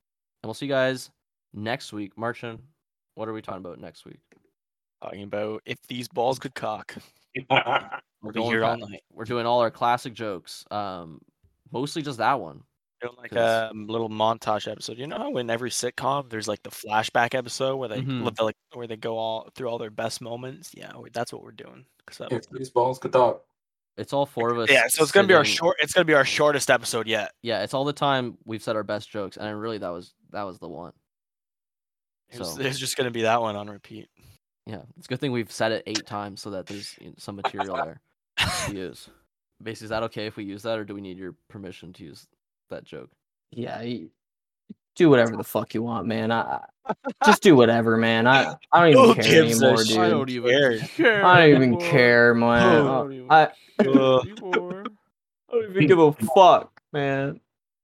Speaker 3: and we'll see you guys next week. Marchin, what are we talking about next week?
Speaker 2: Talking about if these balls could cock.
Speaker 3: We're
Speaker 2: We'll be
Speaker 3: going
Speaker 2: here all
Speaker 3: back-
Speaker 2: night.
Speaker 3: We're doing all our classic jokes. Um, mostly just that one.
Speaker 2: Doing like
Speaker 3: 'Cause-
Speaker 2: a little montage episode. You know how in every sitcom there's like the flashback episode where they
Speaker 3: Mhm.
Speaker 2: live like where they go all through all their best moments. Yeah, we- that's what we're doing. 'Cause that was-
Speaker 5: If these balls could talk.
Speaker 3: It's all four of us.
Speaker 2: yeah, so it's gonna be our
Speaker 3: sitting-
Speaker 2: short. It's gonna be our shortest episode yet.
Speaker 3: Yeah, it's all the time we've said our best jokes, and really that was that was the one.
Speaker 2: It's,
Speaker 3: So-
Speaker 2: it's just gonna be that one on repeat.
Speaker 3: Yeah, it's a good thing we've said it eight times so that there's you know, some material there
Speaker 2: <laughs>
Speaker 3: to use. Basically, is that okay if we use that, or do we need your permission to use that joke?
Speaker 4: Yeah, you- do whatever the fuck you want, man. I I- just do whatever, man. I I don't
Speaker 2: Who
Speaker 4: even care
Speaker 2: gives a
Speaker 4: anymore,
Speaker 2: shit?
Speaker 4: dude.
Speaker 3: I
Speaker 4: I
Speaker 3: don't even
Speaker 4: don't,
Speaker 2: care.
Speaker 3: care.
Speaker 4: even
Speaker 3: anymore.
Speaker 4: care,
Speaker 3: I
Speaker 4: man.
Speaker 3: don't even
Speaker 4: I-
Speaker 2: Uh.
Speaker 3: care anymore.
Speaker 4: I don't even give a fuck, man.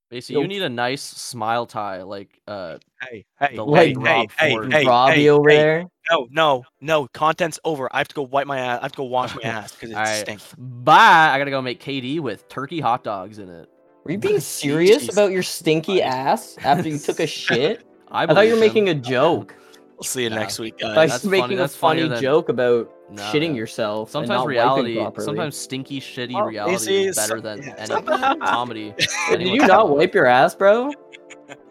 Speaker 3: Basically, you
Speaker 4: Yo.
Speaker 3: need a nice smile tie, like uh,
Speaker 2: Hey, hey,
Speaker 3: The
Speaker 2: hey,
Speaker 4: late
Speaker 2: hey,
Speaker 3: Rob
Speaker 2: hey,
Speaker 3: Ford.
Speaker 2: hey,
Speaker 4: Robbie
Speaker 2: hey,
Speaker 4: over
Speaker 2: hey,
Speaker 4: there.
Speaker 2: No, no, no. Content's over. I have to go wipe my ass. I have to go wash my ass because it
Speaker 3: All right.
Speaker 2: stinks.
Speaker 3: Bye. I gotta go make KD with turkey hot dogs in it.
Speaker 4: Were you
Speaker 3: <laughs>
Speaker 4: being serious
Speaker 2: Jesus
Speaker 4: about your stinky
Speaker 2: Christ.
Speaker 4: ass after you took a shit?
Speaker 3: I,
Speaker 4: I thought you
Speaker 3: believe
Speaker 4: were
Speaker 3: him.
Speaker 4: making a joke.
Speaker 2: We'll see you
Speaker 3: Yeah.
Speaker 2: next week,
Speaker 4: I
Speaker 2: guys.
Speaker 4: thought
Speaker 3: that's
Speaker 4: you were
Speaker 3: funny-
Speaker 4: making
Speaker 3: that's
Speaker 4: a
Speaker 3: funnier
Speaker 4: funny
Speaker 3: than-
Speaker 4: joke about
Speaker 3: No,
Speaker 4: shitting
Speaker 3: man.
Speaker 4: yourself. and
Speaker 3: Sometimes
Speaker 4: not wiping
Speaker 3: reality,
Speaker 4: properly.
Speaker 3: sometimes stinky, shitty
Speaker 2: Oh,
Speaker 3: reality
Speaker 2: see,
Speaker 3: is better
Speaker 2: some-
Speaker 4: <laughs>
Speaker 3: than
Speaker 2: yeah,
Speaker 3: any
Speaker 2: something happened.
Speaker 3: comedy.
Speaker 4: Did
Speaker 3: anyone
Speaker 4: you
Speaker 3: can
Speaker 4: not
Speaker 3: come up
Speaker 4: wipe
Speaker 3: with.
Speaker 4: your
Speaker 3: <laughs>
Speaker 4: ass, bro?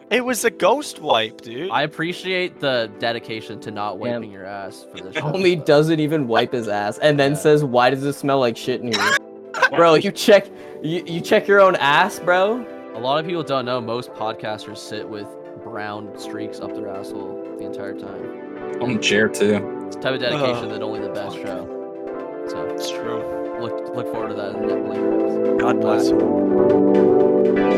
Speaker 2: It was a ghost wipe, dude.
Speaker 3: I appreciate the dedication to not
Speaker 4: Damn.
Speaker 3: wiping your ass for this. show,
Speaker 4: Homie
Speaker 3: but-
Speaker 4: doesn't even wipe his ass, and then
Speaker 3: Yeah.
Speaker 4: says, "Why does it smell like shit
Speaker 3: <laughs>
Speaker 4: in here, bro? You check, you, you check your own ass, bro."
Speaker 3: A lot of people don't know most podcasters sit with brown streaks up their asshole the entire time.
Speaker 5: I'm chair too.
Speaker 3: It's the type of
Speaker 4: Uh-huh.
Speaker 3: dedication
Speaker 2: Oh,
Speaker 3: that only the best
Speaker 2: fuck.
Speaker 3: show. So
Speaker 2: It's true.
Speaker 3: look look forward to that in the later episodes.
Speaker 2: God bless.
Speaker 3: Bye.
Speaker 2: you.